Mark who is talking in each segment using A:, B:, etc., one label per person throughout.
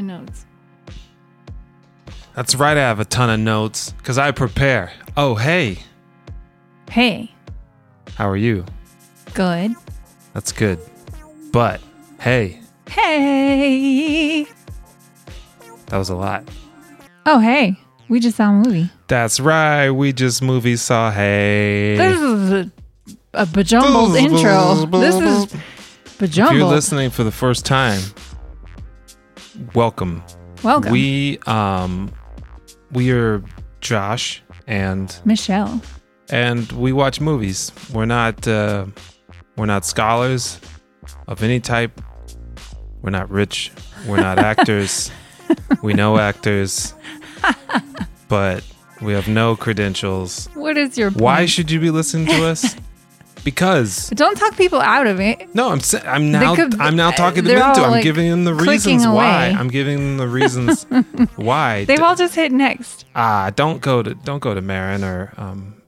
A: notes.
B: That's right. I have a ton of notes because I prepare. Oh, hey,
A: Hey,
B: how are you?
A: good.
B: That's good. But hey,
A: Hey.
B: that was a lot.
A: Oh, hey. We just saw a movie.
B: That's right. We just movie saw. Hey,
A: This is a, a bejumbled
B: Buzz,
A: intro.
B: buzz,
A: This
B: buzz.
A: is
B: if you're
A: bejumbled.
B: listening for the first time, welcome.
A: Welcome,
B: We um, we are Josh and
A: Michelle.
B: and we watch movies. We're not uh, we're not scholars of any type. We're not rich. We're not actors. We know actors, but we have no credentials.
A: What is your
B: Why
A: point?
B: should you be listening to us? Because
A: Don't talk people out of it.
B: no, I'm sa- I'm now
A: could- uh,
B: I'm now talking them
A: they're
B: into.
A: all,
B: I'm
A: like,
B: giving them the
A: clicking
B: reasons why.
A: away.
B: I'm giving them the reasons why.
A: They've all just hit next.
B: ah, don't go to don't go to Marin or um,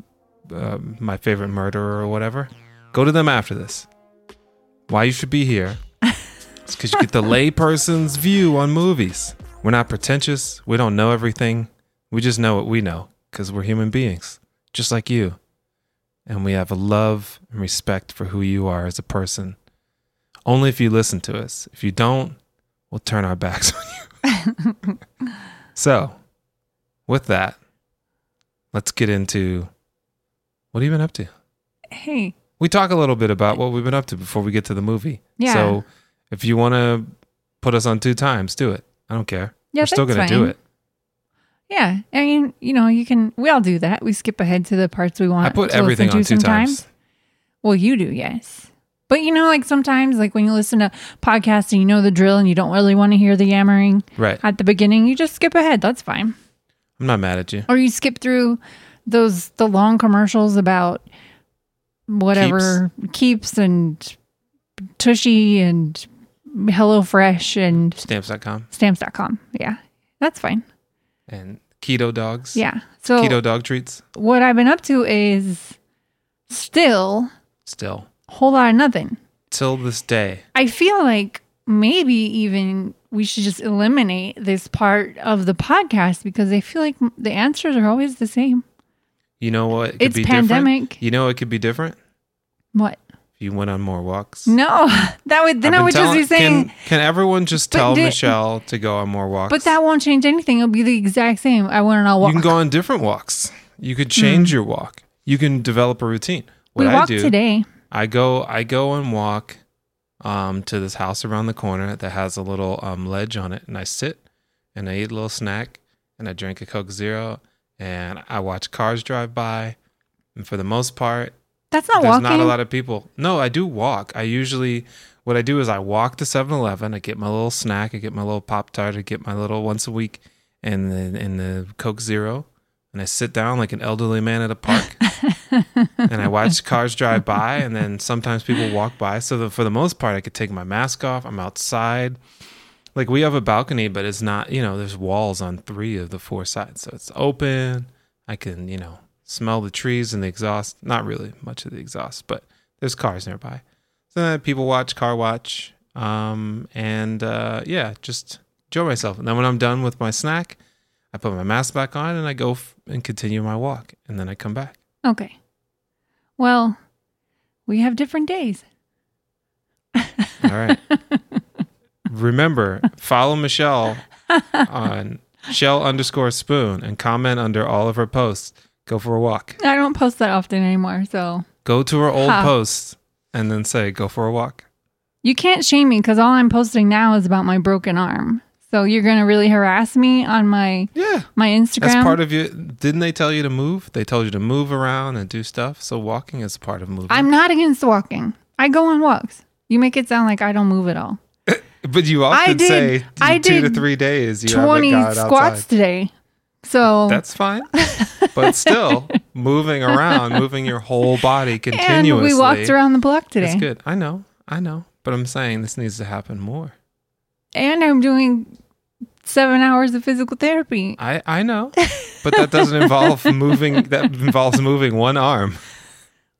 B: uh, my favorite murderer or whatever. Go to them after this. Why you should be here? It's because you get the layperson's view on movies. We're not pretentious. We don't know everything. We just know what we know because we're human beings, just like you. And we have a love and respect for who you are as a person. Only if you listen to us. If you don't, we'll turn our backs on you. so, with that, let's get into what have you been up to?
A: Hey,
B: We talk a little bit about what we've been up to before we get to the movie.
A: Yeah.
B: So if you want to put us on two times, do it. I don't care.
A: Yeah,
B: We're still
A: that's
B: gonna do
A: fine.
B: it.
A: yeah. I mean, you know, you can. We all do that. We skip ahead to the parts we want.
B: I put
A: to listen
B: everything
A: to
B: on two
A: sometimes.
B: times.
A: Well, you do, yes. But you know, like sometimes, like when you listen to podcasts and you know the drill and you don't really want to hear the yammering
B: Right.
A: at the beginning, you just skip ahead. That's fine.
B: I'm not mad at you.
A: Or you skip through those the long commercials about whatever keeps, and Tushy and HelloFresh and
B: Stamps.com
A: stamps.com. Yeah. That's fine.
B: and keto dogs.
A: Yeah. So
B: Keto dog treats.
A: what I've been up to is still
B: Still.
A: whole lot of nothing.
B: Till this day.
A: I feel like maybe even we should just eliminate this part of the podcast because I feel like m- the answers are always the same.
B: You know what? It
A: It's pandemic.
B: Different? You know it could be different?
A: What?
B: If you went on more walks.
A: No, that would then I
B: I've been
A: would
B: telling-
A: just be saying,
B: Can, can everyone just
A: But
B: tell
A: di-
B: Michelle to go on more walks?
A: but that won't change anything. It'll be the exact same. I went on a walk. Mm.
B: You can go on different walks. You could change your walk. You can develop a routine. What
A: we
B: I
A: walked
B: do,
A: today.
B: I go, I go and walk um, to this house around the corner that has a little um, ledge on it, and I sit and I eat a little snack and I drink a Coke Zero and I watch cars drive by. And for the most part,
A: That's not
B: there's
A: walking.
B: not a lot of people. No, I do walk. I usually what I do is I walk to 7-Eleven, I get my little snack, I get my little pop tart, I get my little once a week and the and the Coke Zero, and I sit down like an elderly man at a park. and I watch cars drive by and then sometimes people walk by. So that for the most part I could take my mask off. I'm outside. Like we have a balcony, but it's not, you know, there's walls on 3 of the four sides. So it's open. I can, you know, smell the trees and the exhaust. Not really much of the exhaust, but there's cars nearby. So then people watch, car watch. Um, and uh, yeah, just enjoy myself. And then when I'm done with my snack, I put my mask back on and I go f- and continue my walk. And then I come back.
A: okay. Well, we have different days.
B: All right. Remember, follow Michelle on Shell underscore spoon and comment under all of her posts. Go for a walk.
A: I don't post that often anymore, so
B: Go to her old
A: Huh.
B: posts and then say, go for a walk.
A: You can't shame me because all I'm posting now is about my broken arm. So you're gonna really harass me on my
B: Yeah.
A: my Instagram.
B: That's part of you. Didn't they tell you to move? They told you to move around and do stuff. So walking is part of moving.
A: I'm not against walking. I go on walks. You make it sound like I don't move at all.
B: but you often
A: I did-
B: say
A: I
B: two to
A: did
B: three days. You
A: Twenty
B: haven't
A: squats
B: got outside.
A: today. So
B: That's fine. but still, moving around, moving your whole body
A: and
B: continuously.
A: we walked around the block
B: That's
A: today.
B: good. I know. I know. But I'm saying this needs to happen more.
A: And I'm doing seven hours of physical therapy.
B: I, I know. But that doesn't involve moving. That involves moving one arm.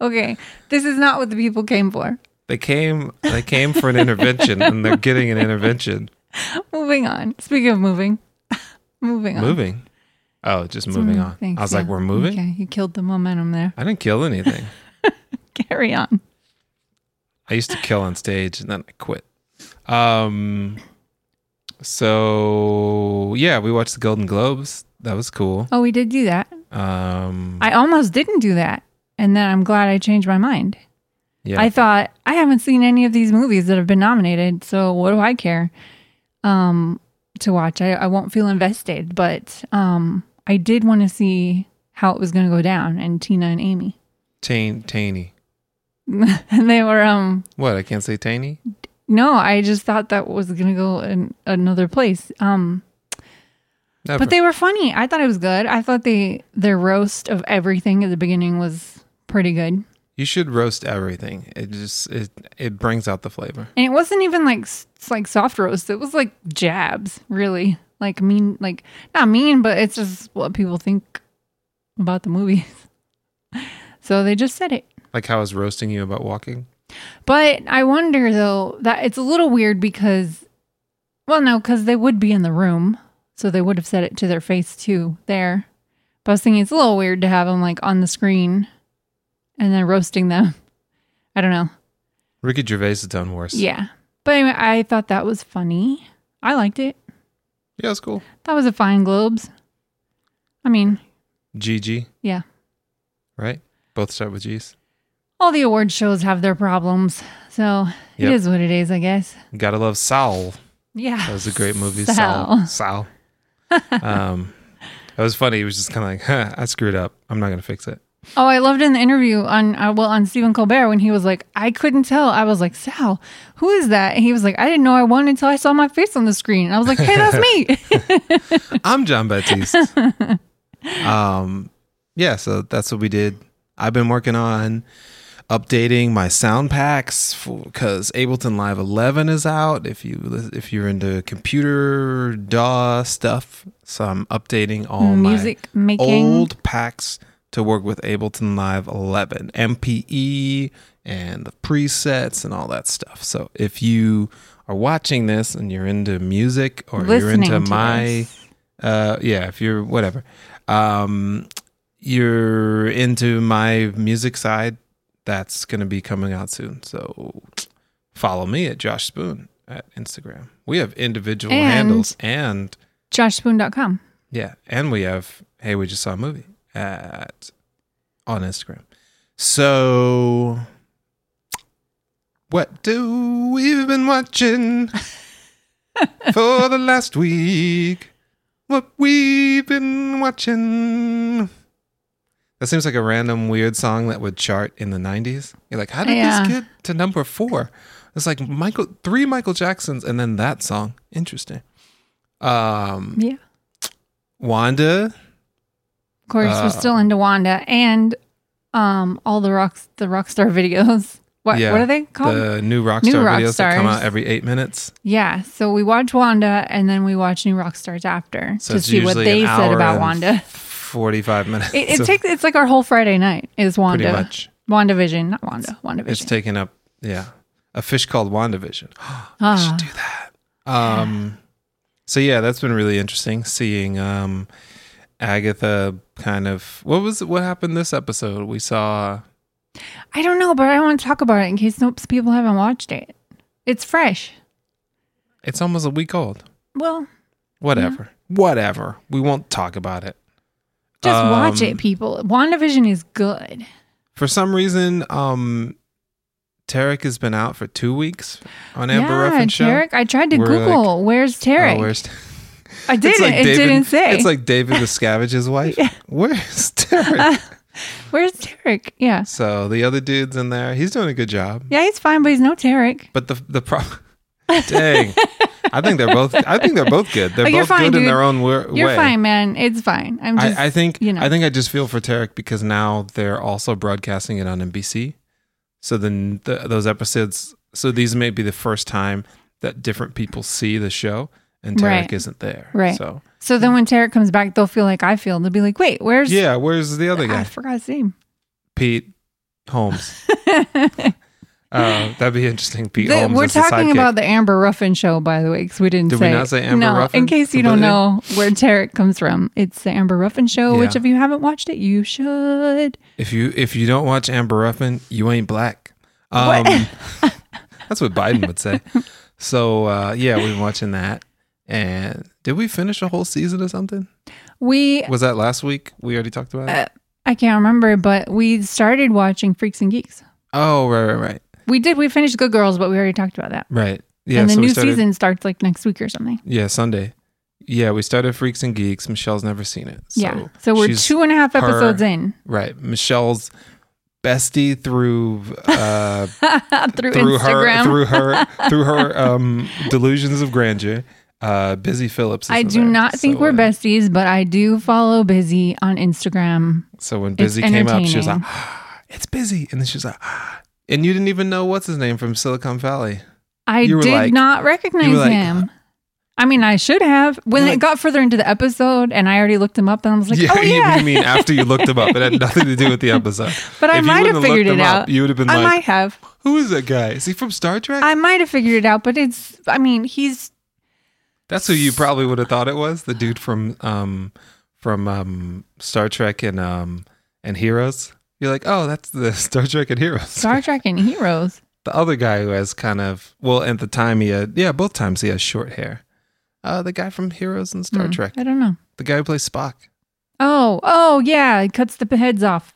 A: Okay, this is not what the people came for.
B: They came. They came for an intervention, and they're getting an intervention.
A: moving on. Speaking of moving, moving on.
B: Moving. Oh, just
A: It's
B: moving
A: move-
B: on.
A: thanks,
B: I was
A: yeah.
B: like, we're moving?
A: Okay, you killed the momentum there.
B: I didn't kill anything.
A: Carry on.
B: I used to kill on stage and then I quit. Um so yeah, we watched the Golden Globes. That was cool.
A: Oh, we did do that.
B: Um
A: I almost didn't do that, and then I'm glad I changed my mind.
B: yeah.
A: I thought I haven't seen any of these movies that have been nominated, so what do I care um, to watch? I, I won't feel invested, but um, I did want to see how it was going to go down and Tina and Amy,
B: Tain, tainy.
A: and they were um
B: What? I can't say tainy?
A: no, I just thought that was going to go in another place. Um,
B: Never.
A: but they were funny. I thought it was good. I thought they their roast of everything at the beginning was pretty good.
B: you should roast everything. It just it it brings out the flavor.
A: And it wasn't even like s- like soft roast. It was like jabs, really. Like mean, like not mean, but it's just what people think about the movies. So they just said it.
B: Like how I was roasting you about walking.
A: But I wonder though that it's a little weird because, well, no, because they would be in the room, so they would have said it to their face too there. But I was thinking it's a little weird to have them like on the screen, and then roasting them. I don't know.
B: Ricky Gervais has done worse.
A: Yeah, but anyway, I thought that was funny. I liked it.
B: Yeah, it's cool.
A: That was a fine Globes. I mean,
B: GG.
A: Yeah.
B: Right? Both start with G's.
A: all the award shows have their problems. So it
B: Yep.
A: is what it is, I guess.
B: Gotta love Saul.
A: Yeah.
B: That was a great movie.
A: So-
B: Sal. Sal. um, it was funny. He was just kind of like, huh, I screwed up. I'm not going to fix it.
A: Oh, I loved in the interview on, uh, well, on Stephen Colbert when he was like, I couldn't tell. I was like, Sal, who is that? And he was like, I didn't know I won until I saw my face on the screen. And I was like, hey, that's me.
B: I'm John Baptiste. um, yeah, so that's what we did. I've been working on updating my sound packs because Ableton Live 11 is out. If you lis- if you're into computer DAW stuff, so I'm updating all Oh, my
A: Hmm, Music making.
B: old packs to work with Ableton Live 11, MPE, E and the presets and all that stuff. So if you are watching this and you're into music or you're
A: listening
B: into
A: to
B: my,
A: this.
B: uh, yeah, if you're whatever, um, you're into my music side, that's going to be coming out soon. So follow me at Josh Spoon at Instagram. We have individual
A: And-
B: handles and
A: joshspoon.com.
B: yeah, and we have hey, we just saw a movie at on Instagram. So, what do we've been watching for the last week? What we've been watching. That seems like a random weird song that would chart in the 90s. You're like, how did
A: Yeah.
B: this get to number four? It's like Michael, three Michael Jacksons, and then that song. Interesting. Um,
A: Yeah.
B: Wanda.
A: Of course,
B: Uh,
A: we're still into Wanda and um, all the rocks, the Rockstar videos. What,
B: Yeah,
A: what are they called?
B: The new rock
A: New
B: star
A: rock
B: videos that come
A: stars.
B: out every eight minutes.
A: Yeah, so we watch Wanda and then we watch New Rock Stars after
B: So
A: to
B: it's
A: see what
B: usually
A: they
B: an
A: said
B: hour
A: about
B: and
A: Wanda.
B: Forty-five minutes.
A: It, it
B: of-
A: takes it's like our whole Friday night is
B: pretty
A: Wanda,
B: much.
A: WandaVision, not Wanda,
B: It's
A: WandaVision.
B: taken up. Yeah, a fish called Wandavision. I
A: Ah.
B: should do that. Um, so yeah, that's been really interesting seeing um, Agatha kind of. What was what happened this episode? We saw.
A: I don't know, but I want to talk about it in case nope people haven't watched it. It's fresh.
B: It's almost a week old.
A: Well,
B: Whatever.
A: Mm-hmm.
B: Whatever. We won't talk about it.
A: just watch
B: Um,
A: it, people. WandaVision is good.
B: For some reason, um, Tarek has been out for two weeks on Amber Ruffin's show.
A: Tarek. I tried to
B: We're
A: Google where's Tarek.
B: Oh, where's
A: I didn't. it
B: David,
A: didn't say.
B: It's like David the Scavenger's wife. Where's
A: Uh.
B: Tarek?
A: where's Tarek? Yeah,
B: so the other dude's in there. He's doing a good job.
A: yeah, he's fine, but he's no Tarek.
B: But the the problem, dang, I think they're both. I think they're both good. They're
A: Oh, you're
B: both
A: fine,
B: good in
A: dude.
B: their own wer-
A: You're
B: way.
A: fine, man. It's fine. I'm just.
B: I, I think
A: you know.
B: I think I just feel for Tarek because now they're also broadcasting it on NBC. So then the, those episodes. So these may be the first time that different people see the show, and Tarek
A: Right.
B: isn't there.
A: Right.
B: So
A: So then when Tarek comes back, they'll feel like I feel. They'll be like, wait, where's
B: yeah, where's the other
A: I
B: guy?
A: forgot his name.
B: Pete Holmes. Uh, that'd be interesting. Pete
A: The-
B: Holmes
A: we're
B: as the
A: talking
B: sidekick.
A: about the Amber Ruffin show, by the way, because we didn't
B: Did we
A: say.
B: not say Amber
A: no,
B: Ruffin
A: in case you don't
B: completely?
A: know where Tarek comes from, it's the Amber Ruffin show. Which,
B: Yeah.
A: if you haven't watched it, you should.
B: If you if you don't watch Amber Ruffin, you ain't black. Um,
A: What?
B: that's what Biden would say. So uh, yeah, we've been watching that. And did we finish a whole season or something?
A: We,
B: Was that last week? We already talked about it.
A: Uh, I can't remember, but we started watching Freaks and Geeks.
B: Oh right, right, right,
A: We did. We finished Good Girls, but we already talked about that.
B: right. Yeah.
A: and the
B: so
A: new
B: we started,
A: season starts like next week or something.
B: Yeah, Sunday. Yeah, we started Freaks and Geeks. Michelle's never seen it. So
A: yeah. So we're
B: she's-
A: two and a half
B: her-
A: episodes in
B: Right, Michelle's bestie through uh,
A: through,
B: through
A: Instagram.
B: her through her through her um, delusions of grandeur. Uh, Busy Phillips. Is
A: I
B: in
A: do
B: there.
A: not think
B: So,
A: we're
B: uh,
A: besties, but I do follow Busy on Instagram.
B: So when
A: It's
B: Busy came up, she was like, "Ah,
A: entertaining.
B: "It's Busy," and then she was like, "Ah." "And you didn't even know what's his name from Silicon Valley."
A: I
B: You were
A: did
B: like-
A: not recognize
B: like-
A: him. I mean, I should have. When
B: You're
A: it
B: like-
A: got further into the episode and I already looked him up and I was like, oh,
B: you-
A: yeah.
B: you mean after you looked him up? It had nothing to do with the episode.
A: but I
B: If you
A: might
B: wouldn't
A: have
B: looked
A: figured it
B: him
A: out.
B: up, you would have been
A: I
B: like,
A: might have.
B: "Who is that guy? Is he from Star Trek?"
A: I might have figured it out, but it's, I mean, he's,
B: That's who you probably would have thought it was. The dude from um from um Star Trek and um and Heroes. You're like, oh, that's the Star Trek and Heroes.
A: Star Trek and Heroes.
B: the other guy who has kind of well, at the time he had yeah, both times he has short hair. Uh, the guy from Heroes and Star
A: Hmm,
B: Trek.
A: I don't know.
B: The guy who plays Spock.
A: Oh, oh, yeah. He cuts the heads off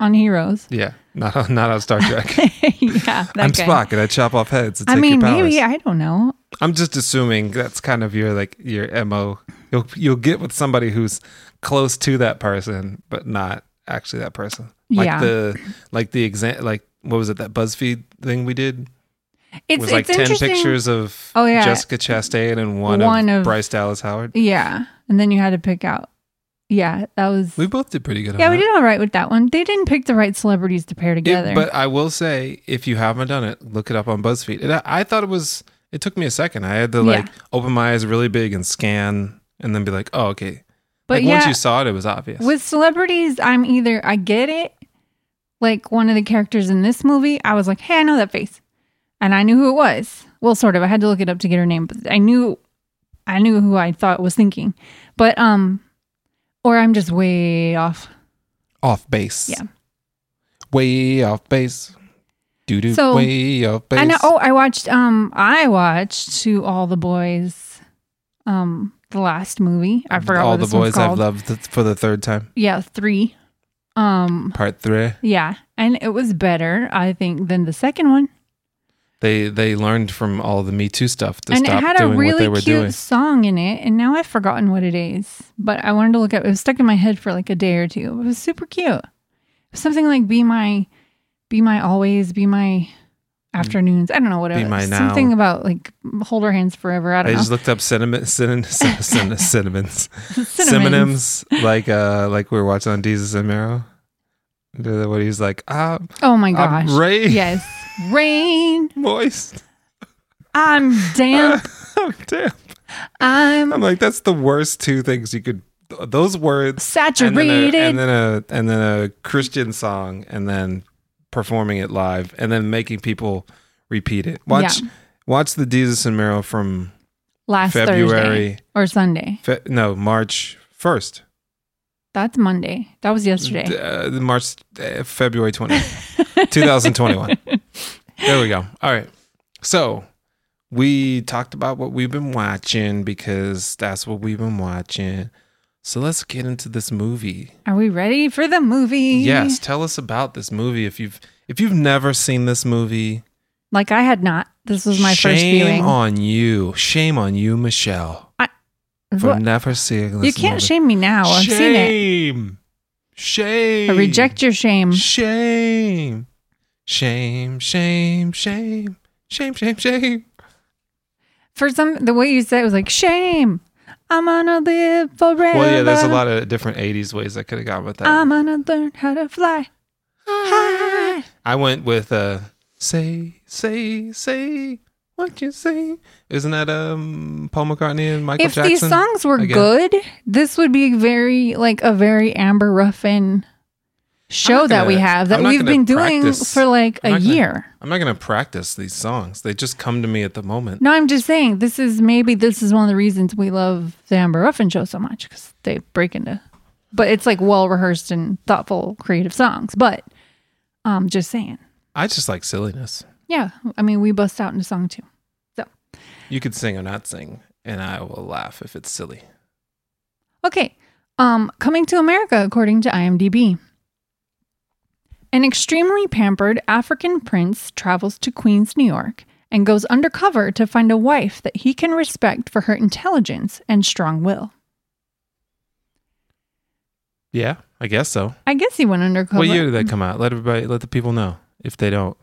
A: on Heroes.
B: Yeah, not on, not on Star Trek.
A: yeah. That
B: I'm
A: guy.
B: Spock, and I chop off heads. To take
A: I mean,
B: your powers.
A: maybe. I don't know.
B: I'm just assuming that's kind of your like your mo. You'll you'll get with somebody who's close to that person, but not actually that person. Like
A: Yeah.
B: the like the exam like what was it that BuzzFeed thing we did
A: It's,
B: was like
A: it's
B: ten
A: interesting.
B: pictures of
A: Oh, yeah.
B: Jessica Chastain and one,
A: One
B: of,
A: of-
B: Bryce Dallas Howard.
A: Yeah. And then you had to pick out. Yeah. That was.
B: We both did pretty good. on
A: Yeah, we
B: that.
A: did all right with that one. They didn't pick the right celebrities to pair
B: Uh-huh. It-
A: together.
B: but I will say, if you haven't done it, look it up on BuzzFeed. It, I thought it was. It took me a second. I had to
A: Yeah.
B: like open my eyes really big and scan, and then be like, "Oh, okay."
A: But
B: like once
A: yeah,
B: you saw it, it was obvious.
A: with celebrities, I'm either I get it, like one of the characters in this movie, I was like, hey, I know that face, and I knew who it was. Well, sort of. I had to look it up to get her name, but I knew, I knew who I thought was thinking. But um, or I'm just way off.
B: off base.
A: Yeah.
B: Way off base. Doo doo.
A: So-
B: way off base.
A: I know. Oh, I watched. Um, I watched to all the boys. Um, the last movie. I forgot
B: All
A: what
B: the
A: this one's
B: boys I've
A: called.
B: loved th- for the third time.
A: Yeah, three. Um,
B: Part three.
A: Yeah, and it was better, I think, than the second one.
B: They they learned from all the Me Too stuff to
A: and it
B: stop
A: had a
B: doing what
A: really
B: they were
A: cute
B: doing.
A: song in it, and now I've forgotten what it is. But I wanted to look up. It was stuck in my head for like a day or two. It was super cute. It was something like "Be my, be my always, be my afternoons." I don't know whatever.
B: Mm. my now.
A: something about like hold our hands forever. I
B: I
A: don't
B: just
A: know.
B: looked up cinnamon, cinnamon, cinnamon, cinnamons,
A: Cinnamons.
B: synonyms, like uh, like we were watching on Jesus and Mero. The- What he's like, ah,
A: Oh my
B: I'm
A: gosh!
B: rain
A: Yes, rain.
B: moist.
A: I'm damp.
B: Oh, damn. I'm
A: I'm
B: like, that's the worst two things you could. Those words and then,
A: saturated.
B: a, and then a and then a Christian song, and then performing it live, and then making people repeat it. Watch watch the Jesus and Mero from
A: Last Thursday
B: February,
A: or Sunday.
B: fe- no March first,
A: That's Monday. That was yesterday.
B: uh, March uh, February twenty, two thousand twenty one. There we go. All right, so we talked about what we've been watching because that's what we've been watching. So let's get into this movie.
A: Are we ready for the movie?
B: Yes, tell us about this movie. If you've if you've never seen this movie,
A: Like I had not. This was my
B: shame
A: first viewing.
B: on you. Shame on you, Michelle, for
A: What?
B: never seeing this.
A: You can't
B: movie.
A: shame me now. I've seen it.
B: Shame. Shame.
A: I reject your shame. Mm-hmm.
B: Shame. Shame. Shame. Shame. Shame. Shame. Shame.
A: For some, the way you said it was like shame. I'm gonna live forever.
B: Well, yeah, there's a lot of different '80s ways I could have gone with that. Ah.
A: I'm gonna learn how to fly. Hi.
B: I went with uh say say say what you say. Isn't that um Paul McCartney and Michael
A: If
B: Jackson?
A: these songs were
B: again.
A: good, this would be very like a very Amber Ruffin show
B: not
A: that we
B: gonna-
A: have that
B: I'm not
A: we've
B: gonna
A: been doing
B: practice.
A: for like
B: I'm
A: a
B: not gonna-
A: year.
B: I'm not going to practice these songs. They just come to me at the moment.
A: No, I'm just saying this is maybe this is one of the reasons we love the Amber Ruffin show so much because they break into, but it's like well rehearsed and thoughtful, creative songs. But um, just saying,
B: I just like silliness.
A: yeah. I mean, we bust out into song too.
B: You could sing or not sing, and I will laugh if it's silly.
A: Okay. Um, coming to America, according to IMDb. An extremely pampered African prince travels to Queens, New York, and goes undercover to find a wife that he can respect for her intelligence and strong will.
B: Yeah, I guess so.
A: I guess he went undercover.
B: What year did that come out? Let everybody, let the people know if they don't.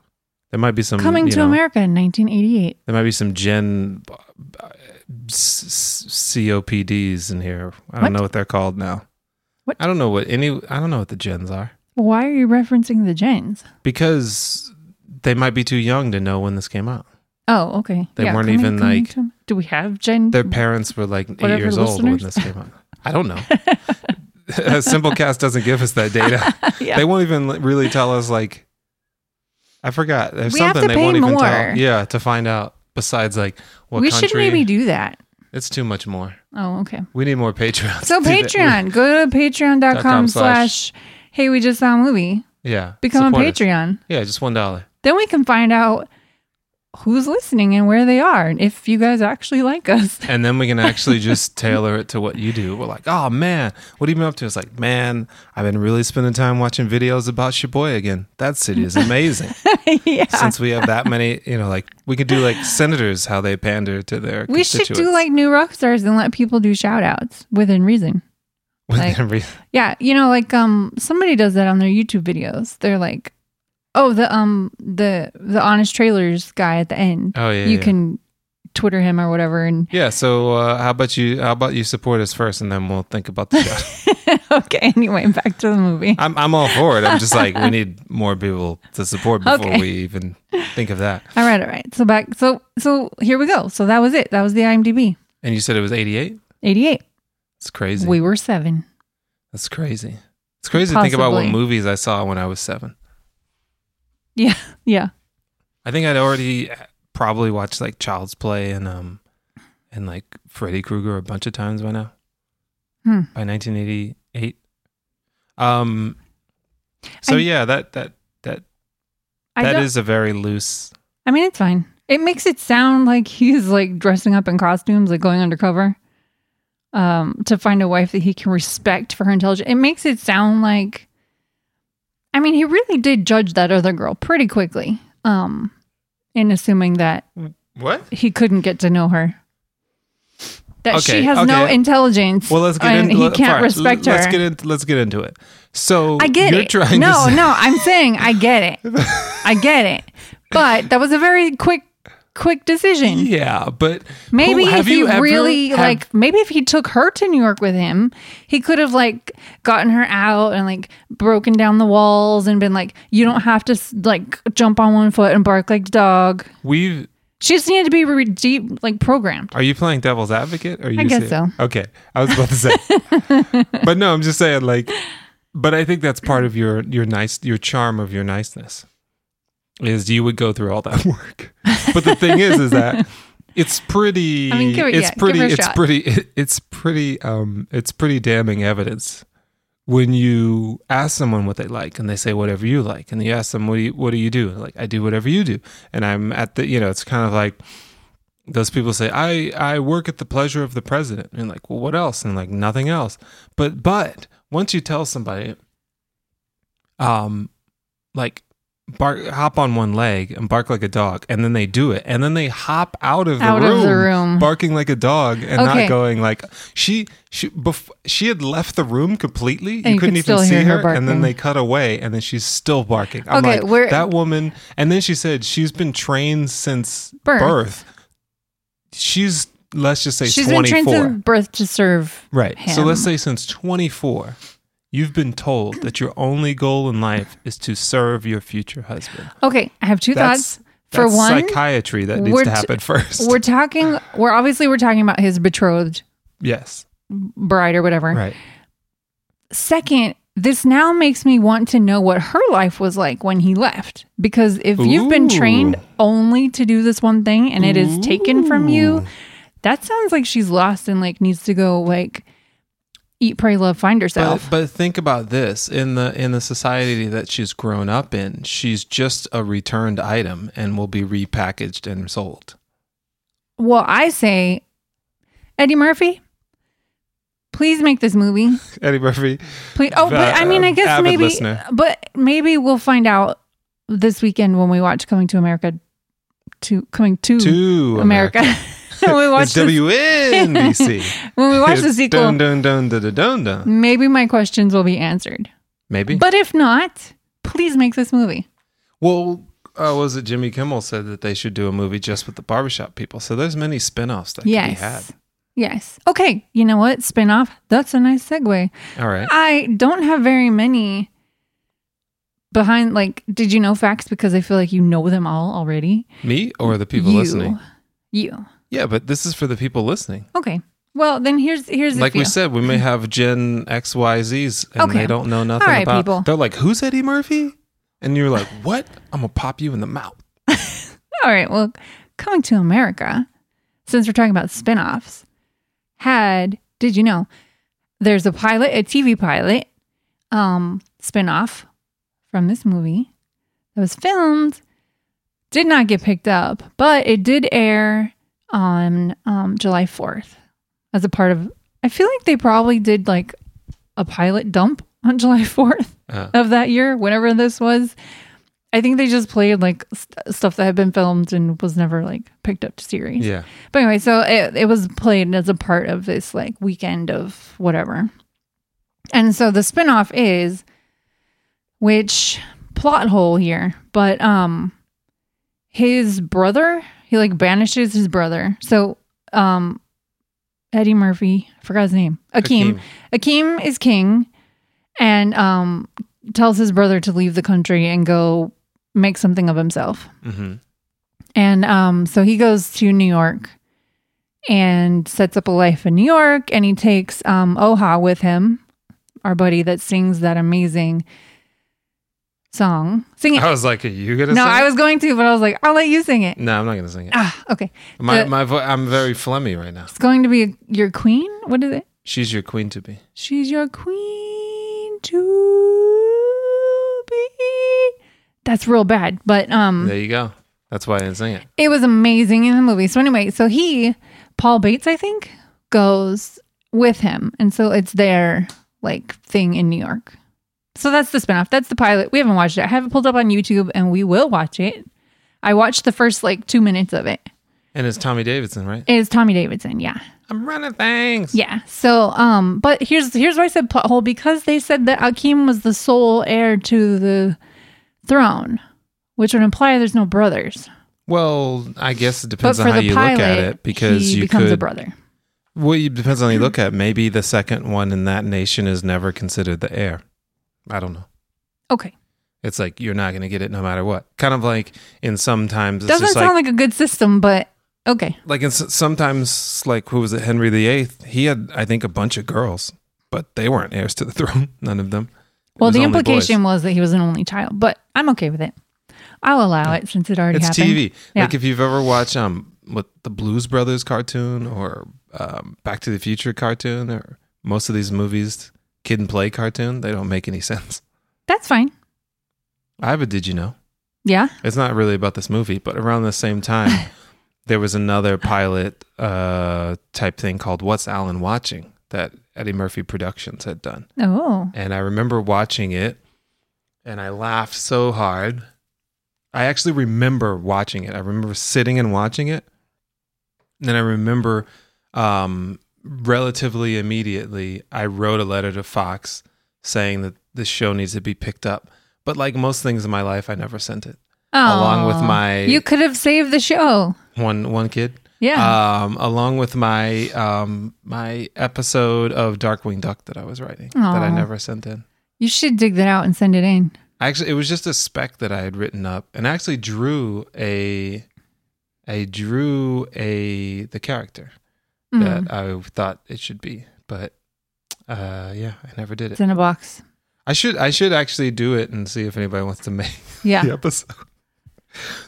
B: There might be some
A: Coming
B: you
A: to
B: know,
A: America in 1988.
B: There might be some Gen uh, s- s- COPDs in here. I
A: What?
B: don't know what they're called now.
A: What?
B: I don't know what any. I don't know what the gens are
A: Why are you referencing the gens?
B: because they might be too young to know when this came out.
A: Oh, okay.
B: They weren't even, like-
A: to- do we have gen?
B: Their parents were like eight
A: Whatever
B: years old when
A: listeners.
B: this came out. I don't know. Simplecast doesn't give us that data.
A: Yeah.
B: They won't even li- really tell us. Like, I forgot. There's
A: We have to
B: something they
A: pay
B: won't even
A: more.
B: tell. Yeah, to find out. Besides, like, what
A: we
B: country?
A: should maybe do that.
B: it's too much more.
A: Oh, okay.
B: We need more Patreons.
A: So
B: to do that.
A: Patreon, go to patreon.com
B: com
A: slash
B: slash-
A: hey we just saw a movie.
B: Yeah.
A: Become
B: support
A: a
B: us.
A: Patreon.
B: Yeah, just one dollar.
A: Then we can find out who's listening and where they are and if you guys actually like us.
B: And then we can actually just tailor it to what you do. We're like, oh man, what have you been up to? It's like, man, I've been really spending time watching videos about Sheboy again. That city is amazing.
A: yeah.
B: Since we have that many, you know, like we could do like senators, how they pander to their
A: we should do
B: constituents.
A: like new rock stars and let people do shout outs within reason.
B: With
A: like-
B: every-
A: Yeah, you know, like um somebody does that on their YouTube videos. They're like, Oh, the um the the honest trailers guy at the end.
B: oh yeah.
A: you
B: yeah.
A: can Twitter him or whatever and
B: Yeah, so uh, how about you how about you support us first and then we'll think about the show.
A: okay, anyway, back to the movie.
B: I'm I'm all for it. I'm just like we need more people to support before
A: Okay.
B: we even think of that.
A: All right, all right. So back so so here we go. So that was it. That was the IMDb.
B: And you said it was eighty eight?
A: 88.
B: It's crazy.
A: We were 7.
B: That's crazy. It's crazy to think about what
A: Possibly.
B: movies I saw when I was seven.
A: Yeah. Yeah.
B: I think I'd already probably watched like Child's Play and um and like Freddy Krueger a bunch of times by now.
A: Hmm.
B: By 1988. Um. So
A: I-
B: yeah, that that
A: I
B: that
A: don't,
B: is a very loose.
A: I mean, it's fine. It makes it sound like he's like dressing up in costumes, like going undercover um to find a wife that he can respect for her intelligence. It makes it sound like I mean, he really did judge that other girl pretty quickly. Um in assuming that
B: What?
A: he couldn't get to know her. That she
B: Okay,
A: has no
B: okay.
A: intelligence.
B: Well, let's get
A: and
B: into.
A: he can't
B: fine,
A: respect her.
B: Let's get into. Let's get into it. So
A: I get
B: you're
A: it.
B: Trying
A: no,
B: to,
A: no, I'm saying I get it. I get it. But that was a very quick quick decision.
B: Yeah, but
A: Maybe
B: who-
A: if
B: have
A: he
B: you ever
A: really
B: have-
A: like maybe if he took her to New York with him, he could have like gotten her out and like broken down the walls and been like you don't have to s- like jump on one foot and bark like a dog.
B: we've
A: She just needed to be re- deep like programmed.
B: Are you playing devil's advocate? Or are you
A: guess
B: saying- Okay, I was about to say, but no, I'm just saying like, but I think that's part of your your nice your charm of your niceness is you would go through all that work. But the thing is, is that it's pretty.
A: I mean, give it-
B: it's
A: yeah, give
B: pretty.
A: her a
B: it's
A: shot.
B: pretty. it- it's pretty. Um, it's pretty damning evidence when you ask someone what they like and they say whatever you like and you ask them what do you what do you do And like i do whatever you do and i'm at the you know it's kind of like those people say i i work at the pleasure of the president and like well what else and like nothing else but but once you tell somebody um like bark hop on one leg and bark like a dog and then they do it and then they hop out of the,
A: Out
B: room,
A: of the room.
B: barking like a dog and
A: Mm-hmm. Okay.
B: not going like she she bef- she had left the room completely
A: And you
B: you couldn't
A: could
B: even
A: still
B: see
A: hear her
B: her, and
A: barking.
B: then they cut away and then she's still barking i'm
A: Okay,
B: like
A: we're-
B: that woman and then she said she's been trained since
A: Birth.
B: birth, she's let's just say
A: She's
B: 24
A: been trained to birth to serve.
B: right so
A: him.
B: let's say since 24 you've been told that your only goal in life is to serve your future husband
A: Okay, I have two
B: that's
A: thoughts. For
B: that's
A: one,
B: psychiatry that needs
A: we're
B: to
A: t-
B: happen first
A: we're talking we're obviously we're talking about his betrothed
B: yes
A: bride or whatever
B: right
A: second this now makes me want to know what her life was like when he left. Because if you've been
B: Ooh.
A: trained only to do this one thing and it is taken from you, that sounds like she's lost and like needs to go like eat, pray, love, find
B: But,
A: herself.
B: but think about this in the in the society that she's grown up in, she's just a returned item and will be repackaged and sold.
A: well, I say, Eddie Murphy, please make this movie.
B: Eddie Murphy,
A: Please. Oh, but I mean, I
B: Um,
A: guess
B: avid
A: maybe,
B: listener.
A: but maybe we'll find out this weekend when we watch Coming to America. To coming to,
B: to
A: America. when we watch
B: It's
A: the,
B: WNBC.
A: when we watch the
B: It's
A: sequel,
B: Dun, dun, dun, dun, dun, dun, dun.
A: maybe my questions will be answered.
B: Maybe.
A: But if not, please make this movie.
B: well, uh, was it Jimmy Kimmel said that they should do a movie just with the barbershop people? So there's many spin-offs that can be had.
A: yes. Yes. Okay. You know what? Spin off. That's a nice segue.
B: All right.
A: I don't have very many behind like did you know facts because I feel like you know them all already.
B: Me or the people
A: you.
B: listening?
A: You.
B: Yeah, but this is for the people listening.
A: Okay. Well, then here's here's
B: Like
A: the
B: we
A: feel.
B: said, we may have Gen XYZs and
A: Okay.
B: they don't know nothing
A: All right,
B: about
A: people.
B: They're like, Who's Eddie Murphy? And you're like, What? I'm gonna pop you in the mouth.
A: All right. Well, coming to America, since we're talking about spin-offs, had did you know there's a pilot, a TV pilot, um, spin-off from this movie that was filmed, did not get picked up, but it did air on um, July 4th as a part of I feel like they probably did like a pilot dump on July 4th
B: Uh,
A: of that year, whenever this was. I think they just played like st- stuff that had been filmed and was never like picked up to series.
B: yeah.
A: But anyway, so it, it was played as a part of this like weekend of whatever. And so the spinoff is, which plot hole here, but um, his brother, he like banishes his brother. So um, Eddie Murphy, I forgot his name, Akeem.
B: Akeem.
A: Akeem is king and um, tells his brother to leave the country and go make something of himself.
B: Mhm.
A: And um, so he goes to New York and sets up a life in New York. And he takes um, Oha with him, our buddy that sings that amazing song. Sing it.
B: I was like, Are you gonna
A: no,
B: sing?
A: I
B: it?"
A: was going to, but I was like, I'll let you sing it.
B: No, I'm not gonna sing it.
A: Ah, okay.
B: My
A: the-
B: my vo- I'm very phlegmy right now.
A: It's going to be your queen. What is it?
B: She's your queen to be.
A: She's your queen to be. That's real bad, but um,
B: There you go. That's why I didn't sing it.
A: it was amazing in the movie. So anyway, so he, Paul Bates, I think, goes with him, and so it's their like thing in New York. So that's the spinoff. That's the pilot. We haven't watched it. I have it pulled up on YouTube, and we will watch it. I watched the first like two minutes of it.
B: And it's Tommy Davidson, right?
A: It's Tommy Davidson, yeah.
B: I'm running things.
A: Yeah. So, um, but here's here's why I said plot hole because they said that Akeem was the sole heir to the throne, which would imply there's no brothers.
B: Well, I guess it depends
A: but
B: on
A: for
B: how
A: the
B: you
A: pilot,
B: look at it because
A: he
B: you
A: becomes
B: could.
A: a brother.
B: Well, it depends on how you look at. it. Maybe the second one in that nation is never considered the heir. I don't know.
A: Okay.
B: It's like you're not going to get it no matter what. Kind of like in sometimes it's
A: Doesn't
B: just
A: sound
B: like
A: like a good system, but okay.
B: like in s- sometimes like who was it Henry VIII? He had I think a bunch of girls, but they weren't heirs to the throne. None of them. It
A: Well,
B: was
A: the
B: only boys.
A: implication was that he was an only child, but I'm okay with it. I'll allow it since it already
B: It's
A: happened.
B: TV.
A: Yeah.
B: Like if you've ever watched um what the Blues Brothers cartoon or um, Back to the Future cartoon or most of these movies, Kid and Play cartoon, they don't make any sense.
A: That's fine.
B: I have a Did You Know?
A: Yeah.
B: It's not really about this movie, but around the same time, there was another pilot uh, type thing called What's Alan Watching that Eddie Murphy Productions had done.
A: Oh.
B: And I remember watching it and I laughed so hard. I actually remember watching it. I remember sitting and watching it. And then I remember um, relatively immediately, I wrote a letter to Fox saying that this show needs to be picked up. But like most things in my life, I never sent it. Along with
A: Aw.
B: my-
A: You could have saved the show.
B: One one kid,
A: Yeah.
B: um, along with my um, my episode of Darkwing Duck that I was writing that I
A: Aw.
B: never sent in.
A: you should dig that out and send it in.
B: Actually, it was just a spec that I had written up, and I actually drew a, I drew a the character
A: Mm.
B: that I thought it should be, but uh, yeah, I never did
A: It's
B: it.
A: in a box.
B: I should I should actually do it and see if anybody wants to make
A: Yeah.
B: the episode.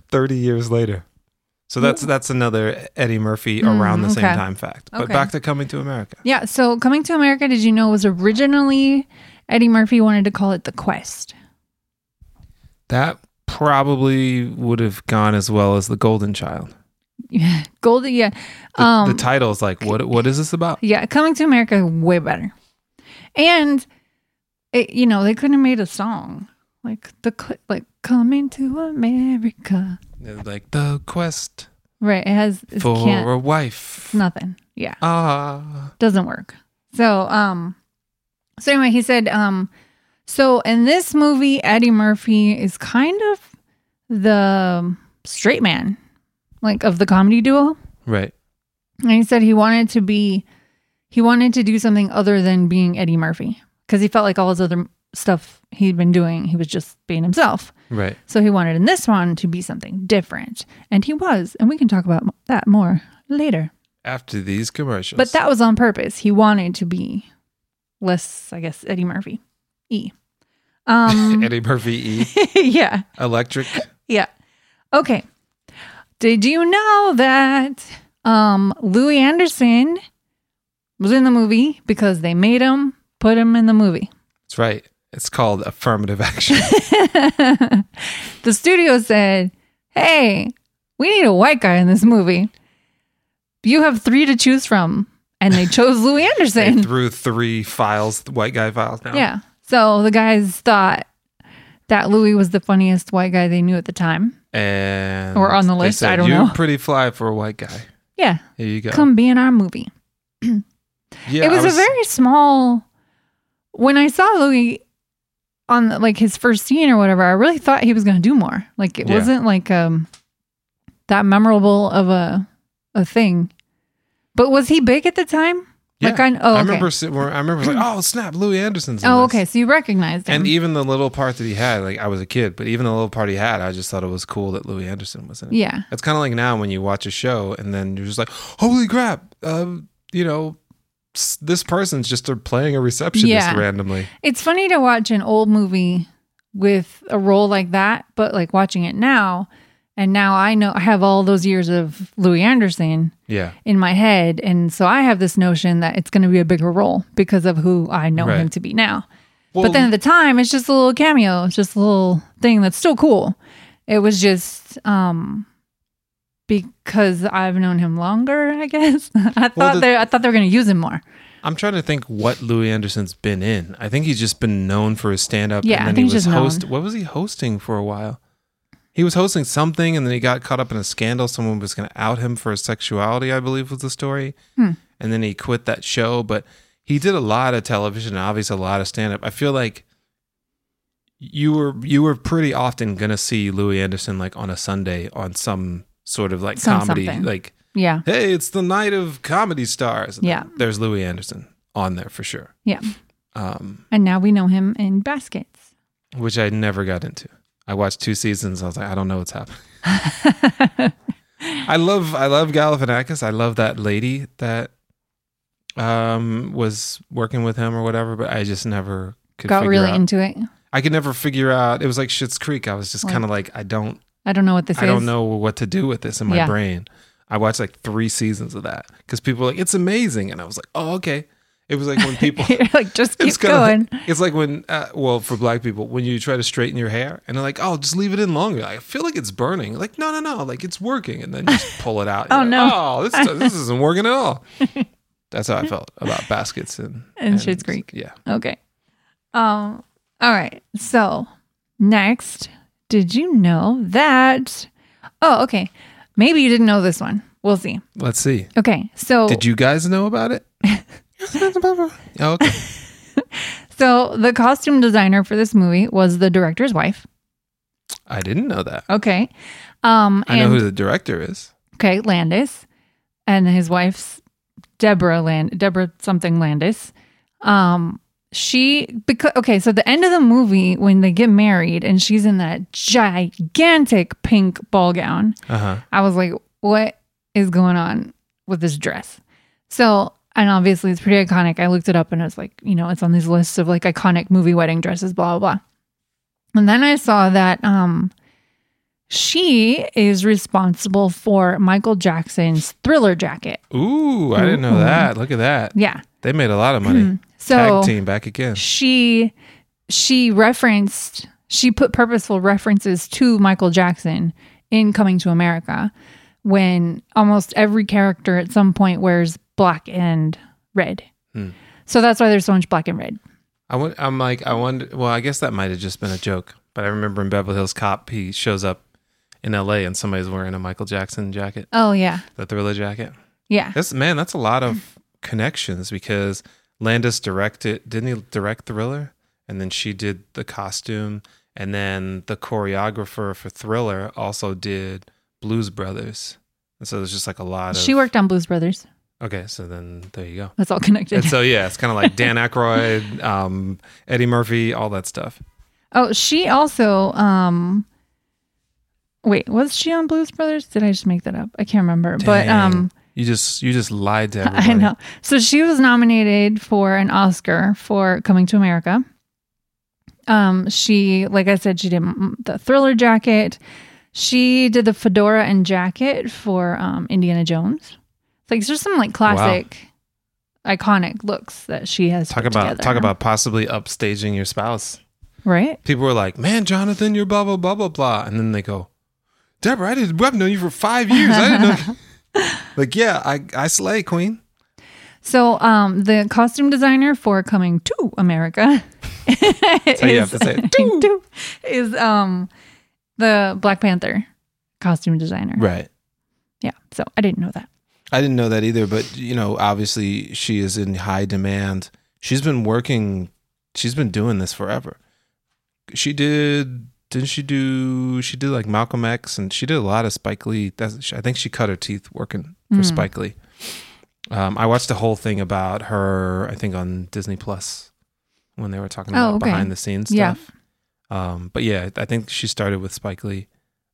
B: Thirty years later. So that's that's another Eddie Murphy
A: Mm,
B: around the
A: okay.
B: same time fact. But
A: Okay.
B: back to Coming to America.
A: Yeah. So Coming to America, did you know was originally Eddie Murphy wanted to call it The Quest?
B: That probably would have gone as well as the Golden Child.
A: Goldie, yeah.
B: The,
A: um,
B: the title is like, what what is this about?
A: yeah. Coming to America, way better. And, it, you know, they couldn't have made a song like the cl- like Coming to America.
B: They're Like the quest
A: Right. It has it
B: for
A: can't,
B: a wife.
A: nothing. Yeah.
B: Ah,
A: doesn't work. So, um, so anyway, he said, um, so in this movie, Eddie Murphy is kind of the straight man, like of the comedy duo.
B: right.
A: And he said he wanted to be, he wanted to do something other than being Eddie Murphy because he felt like all his other stuff he'd been doing, he was just being himself.
B: Right.
A: So he wanted in this one to be something different. And he was. And we can talk about that more later.
B: After these commercials.
A: But that was on purpose. He wanted to be less, I guess, Eddie Murphy. E. Um
B: Eddie Murphy E.
A: Yeah.
B: Electric.
A: Yeah. Okay. Did you know that um Louis Anderson was in the movie because they made him put him in the movie?
B: That's right. It's called affirmative action.
A: the studio said, Hey, we need a white guy in this movie. You have three to choose from. And they chose Louis Anderson.
B: they threw three files, white guy files now.
A: Yeah. So the guys thought that Louis was the funniest white guy they knew at the time.
B: And
A: Or on the
B: they
A: list,
B: said,
A: I don't
B: You're
A: know."
B: pretty fly for a white guy.
A: Yeah.
B: Here you go.
A: Come be in our movie.
B: yeah,
A: it was,
B: I
A: a very small. When I saw Louis on like his first scene or whatever, I really thought he was going to do more. Like it
B: Yeah.
A: wasn't like um that memorable of a a thing. But was he big at the time?
B: Yeah.
A: Like I oh
B: I
A: okay.
B: remember. si- where- I remember like, oh snap, Louis Anderson's. in
A: oh
B: this.
A: okay. So you recognized him.
B: And even the little part that he had, like I was a kid, but even the little part he had, I just thought it was cool that Louis Anderson was in it.
A: yeah.
B: It's kind of like now when you watch a show and then you're just like, holy crap, um, you know, s- this person's just uh, playing a receptionist
A: Yeah.
B: randomly.
A: It's funny to watch an old movie with a role like that, but like watching it now, and now I know I have all those years of Louis Anderson
B: Yeah.
A: in my head. And so I have this notion that it's going to be a bigger role because of who I know
B: Right.
A: him to be now.
B: Well,
A: but then at the time, it's just a little cameo, it's just a little thing that's still cool. It was just, um, because I've known him longer, I guess. I thought
B: the-
A: they, I thought they were going to use him more.
B: I'm trying to think what Louis Anderson's been in. I think he's just been known for his stand up.
A: Yeah, I
B: and then
A: think
B: he
A: he's
B: was
A: just known.
B: host. What was he hosting for a while? He was hosting something, and then he got caught up in a scandal. Someone was going to out him for his sexuality, I believe, was the story.
A: Hmm.
B: And then he quit that show. But he did a lot of television, and obviously a lot of stand up. I feel like you were you were pretty often going to see Louis Anderson like on a Sunday on some sort of like
A: Some
B: comedy,
A: something.
B: like
A: Yeah.
B: hey, it's the night of comedy stars.
A: Yeah.
B: There's Louis Anderson on there for sure.
A: Yeah.
B: Um,
A: And now we know him in baskets.
B: which I never got into. I watched two seasons. I was like, I don't know what's happening. I love, I love Galifianakis. I love that lady that um was working with him or whatever. But I just never could
A: got
B: figure
A: really
B: out.
A: into it.
B: I could never figure out. It was like Schitt's Creek. I was just
A: Like-
B: kind of like, I don't,
A: I don't know what this
B: I
A: is.
B: don't know what to do with this in my
A: Yeah.
B: brain. I watched like three seasons of that because people were like, it's amazing, and I was like, oh okay. It was like when people
A: You're like, just keep
B: it's kind
A: going.
B: of it's like when uh, well for black people when you try to straighten your hair and they're like oh just leave it in longer i feel like it's burning like no no no like it's working and then you just pull it out
A: Oh,
B: You're like,
A: no.
B: oh this, this isn't working at all that's how i felt about baskets and
A: And Schitt's Creek.
B: yeah
A: Okay. Um. All right. So next, did you know that? Oh, okay. Maybe you didn't know this one. We'll see.
B: let's see
A: Okay. So
B: did you guys know about it oh, okay.
A: so the costume designer for this movie was the director's wife.
B: i didn't know that
A: Okay. Um.
B: i know
A: and
B: who the director is
A: Okay, Landis, and his wife's Deborah Land, Deborah something Landis. Um, she because okay, so the end of the movie when they get married and she's in that gigantic pink ball gown,
B: uh-huh
A: I was like, what is going on with this dress? So and obviously it's pretty iconic. I looked it up and it's like, you know, it's on these lists of like iconic movie wedding dresses, blah, blah, blah. And then I saw that um, she is responsible for Michael Jackson's thriller jacket.
B: Ooh, I didn't know that. Look at that.
A: Yeah. Hmm.
B: They made a lot of money.
A: So
B: Tag team back again.
A: she she referenced she put purposeful references to Michael Jackson in Coming to America when almost every character at some point wears black and red.
B: Hmm.
A: So that's why there's so much black and red.
B: I won- I'm like, I wonder. Well, I guess that might have just been a joke. But I remember in Beverly Hills Cop, he shows up in L.A. and somebody's wearing a Michael Jackson jacket,
A: Oh yeah.
B: the Thriller jacket.
A: Yeah.
B: That's man, that's a lot of connections because Landis directed, didn't he direct Thriller? And then she did the costume, and then the choreographer for Thriller also did Blues Brothers. And so there's just like a lot of
A: She worked on Blues Brothers.
B: Okay, so then there you go.
A: That's all connected.
B: And so yeah, it's kind of like Dan Aykroyd, um, Eddie Murphy, all that stuff.
A: oh, she also um Wait, was she on Blues Brothers? Did I just make that up? I can't remember. But
B: Dang.
A: um
B: you just you just lied to everybody.
A: I know. So she was nominated for an Oscar for Coming to America. Um, she, like I said, she did mm, the thriller jacket. She did the fedora and jacket for um, Indiana Jones. Like, there's some like classic, iconic looks that she has.
B: Talk
A: put
B: about
A: together.
B: talk about possibly upstaging your spouse.
A: right.
B: people were like, "Man, Jonathan, you're blah blah blah blah blah," and then they go, "Deborah, I did. I've known you for five years. I didn't know." like, yeah, I I slay queen.
A: So, um, the costume designer for Coming to America
B: So you have to say it. Too.
A: is um the Black Panther costume designer.
B: Right.
A: Yeah. So I didn't know that.
B: I didn't know that either, but you know, obviously she is in high demand. She's been working. She's been doing this forever. She did. Didn't she do? She did like Malcolm X, and she did a lot of Spike Lee. That's, I think she cut her teeth working for
A: Mm.
B: Spike Lee. Um, I watched a whole thing about her. I think on Disney Plus when they were talking
A: Oh,
B: about
A: okay.
B: behind the scenes
A: Yeah.
B: stuff. Um, but yeah, I think she started with Spike Lee.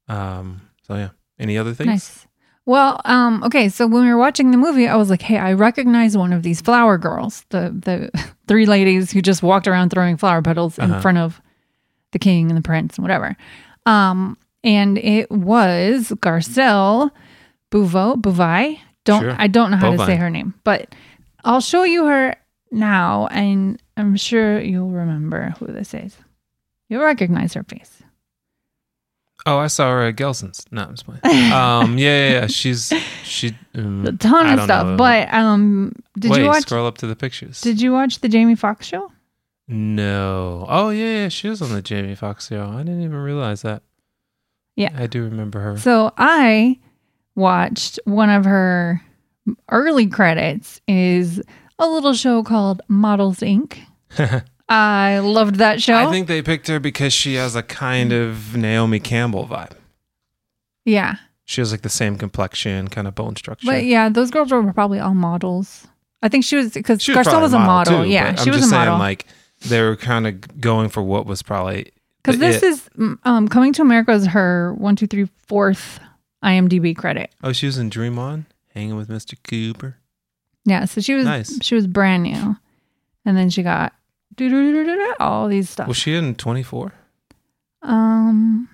B: Um, so yeah. Any other things?
A: Nice. Well, um, okay. So when we were watching the movie, I was like, "Hey, I recognize one of these flower girls, the the three ladies who just walked around throwing flower petals
B: Uh-huh.
A: in front of the king and the prince and whatever." Um, and it was Garcelle Bouveau, Bouvai. Don't
B: Sure.
A: I don't know how to
B: Bovine.
A: say her name, but I'll show you her now, and I'm sure you'll remember who this is. You'll recognize her face.
B: Oh, I saw her at Gelson's. No, I'm just playing. Um, yeah, yeah, yeah. she's she. Um,
A: A ton
B: I
A: of
B: don't
A: stuff,
B: know.
A: but um, did
B: wait,
A: you watch?
B: scroll up to the pictures.
A: Did you watch the Jamie Foxx show?
B: no. Oh yeah, yeah. She was on the Jamie Foxx show. I didn't even realize that.
A: Yeah.
B: I do remember her.
A: So I watched one of her early credits is a little show called Models Inc. I loved that show.
B: I think they picked her because she has a kind of Naomi Campbell vibe.
A: yeah.
B: She has like the same complexion, kind of bone structure.
A: But yeah, those girls were probably all models. I think she was because
B: She was
A: Garcelle
B: probably
A: was a model.
B: too,
A: yeah,
B: but
A: she
B: I'm
A: was
B: just
A: a
B: Saying,
A: model.
B: like they were kind of going for what was probably
A: Because
B: the
A: this
B: it.
A: is mm, um, Coming to America is her one, two, three, fourth IMDb credit.
B: Oh, she was in Dream On, hanging with Mr. Cooper.
A: Yeah, so she was
B: Nice.
A: she was brand new, and then she got doo-doo-doo-doo-doo-doo, all these stuff.
B: Was she in 24?
A: Um,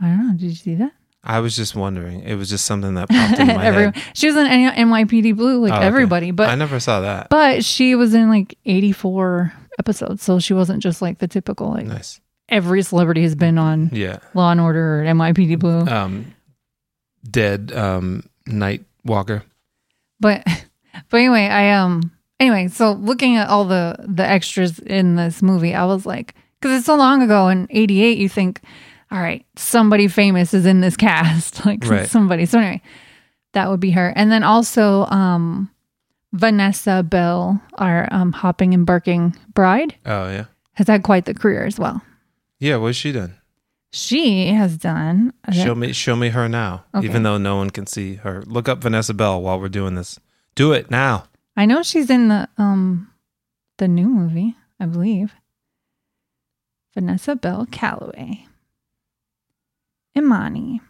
A: I don't know. Did you see that?
B: I was just wondering. It was just something that popped in my
A: Everyone,
B: head.
A: she was in N- NYPD Blue, like
B: Oh, okay.
A: everybody, but
B: I never saw that.
A: but she was in like 84 episodes, so she wasn't just like the typical like
B: nice.
A: every celebrity has been on
B: Yeah.
A: Law and Order or NYPD Blue,
B: Um, dead um, night walker.
A: but but anyway, I um anyway, so looking at all the the extras in this movie, I was like, because it's so long ago in '88, you think, all right, somebody famous is in this cast, like
B: Right.
A: somebody. So anyway, that would be her, and then also um Vanessa Bell, our um hopping and barking bride,
B: Oh yeah.
A: has had quite the career as well.
B: Yeah. What's she done?
A: She has done.
B: Show me. Show me her now.
A: Okay.
B: Even though no one can see her. Look up Vanessa Bell while we're doing this. Do it now.
A: I know she's in the um the new movie, I believe. Vanessa Bell Calloway. Imani.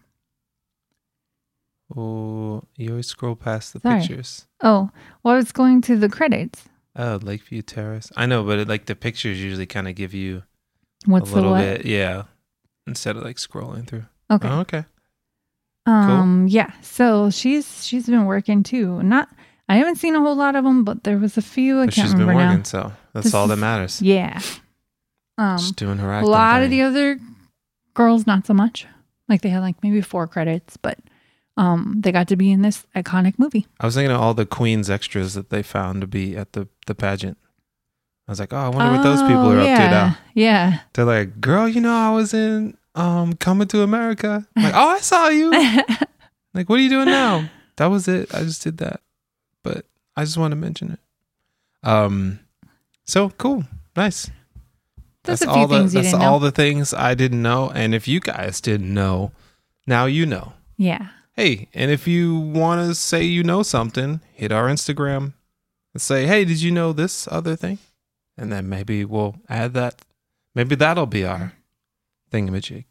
B: Oh, you always scroll past the
A: Sorry.
B: pictures.
A: Oh, well, it's going to the credits.
B: Oh, Lakeview Terrace. I know, but it, like the pictures usually kind of give you
A: What's
B: a
A: the
B: little
A: what?
B: bit, yeah, instead of like scrolling through.
A: Okay.
B: Oh, okay.
A: Um. Yeah. So she's she's been working too. Not I haven't seen a whole lot of them, but there was a few. I
B: But
A: can't
B: she's been
A: remember
B: working,
A: now.
B: so that's
A: This
B: all that
A: is-
B: matters.
A: Yeah. Um.
B: She's doing her
A: A
B: acting.
A: lot of
B: thing.
A: the other girls, not so much. Like they had like maybe four credits, but um, they got to be in this iconic movie.
B: I was thinking of all the Queen's extras that they found to be at the the pageant. I was like, oh, I wonder what those people
A: Oh,
B: are
A: yeah.
B: up to now.
A: Yeah.
B: They're like, girl, you know, I was in um Coming to America. I'm like, oh, I saw you. like, what are you doing now? That was it. I just did that, but I just want to mention it. Um, so cool, nice.
A: That's a few
B: all
A: things
B: the
A: you
B: that's
A: didn't
B: all
A: know.
B: the things I didn't know, and if you guys didn't know, now you know.
A: Yeah.
B: Hey, and if you want to say you know something, hit our Instagram and say, hey, did you know this other thing? And then maybe we'll add that. Maybe that'll be our thingamajig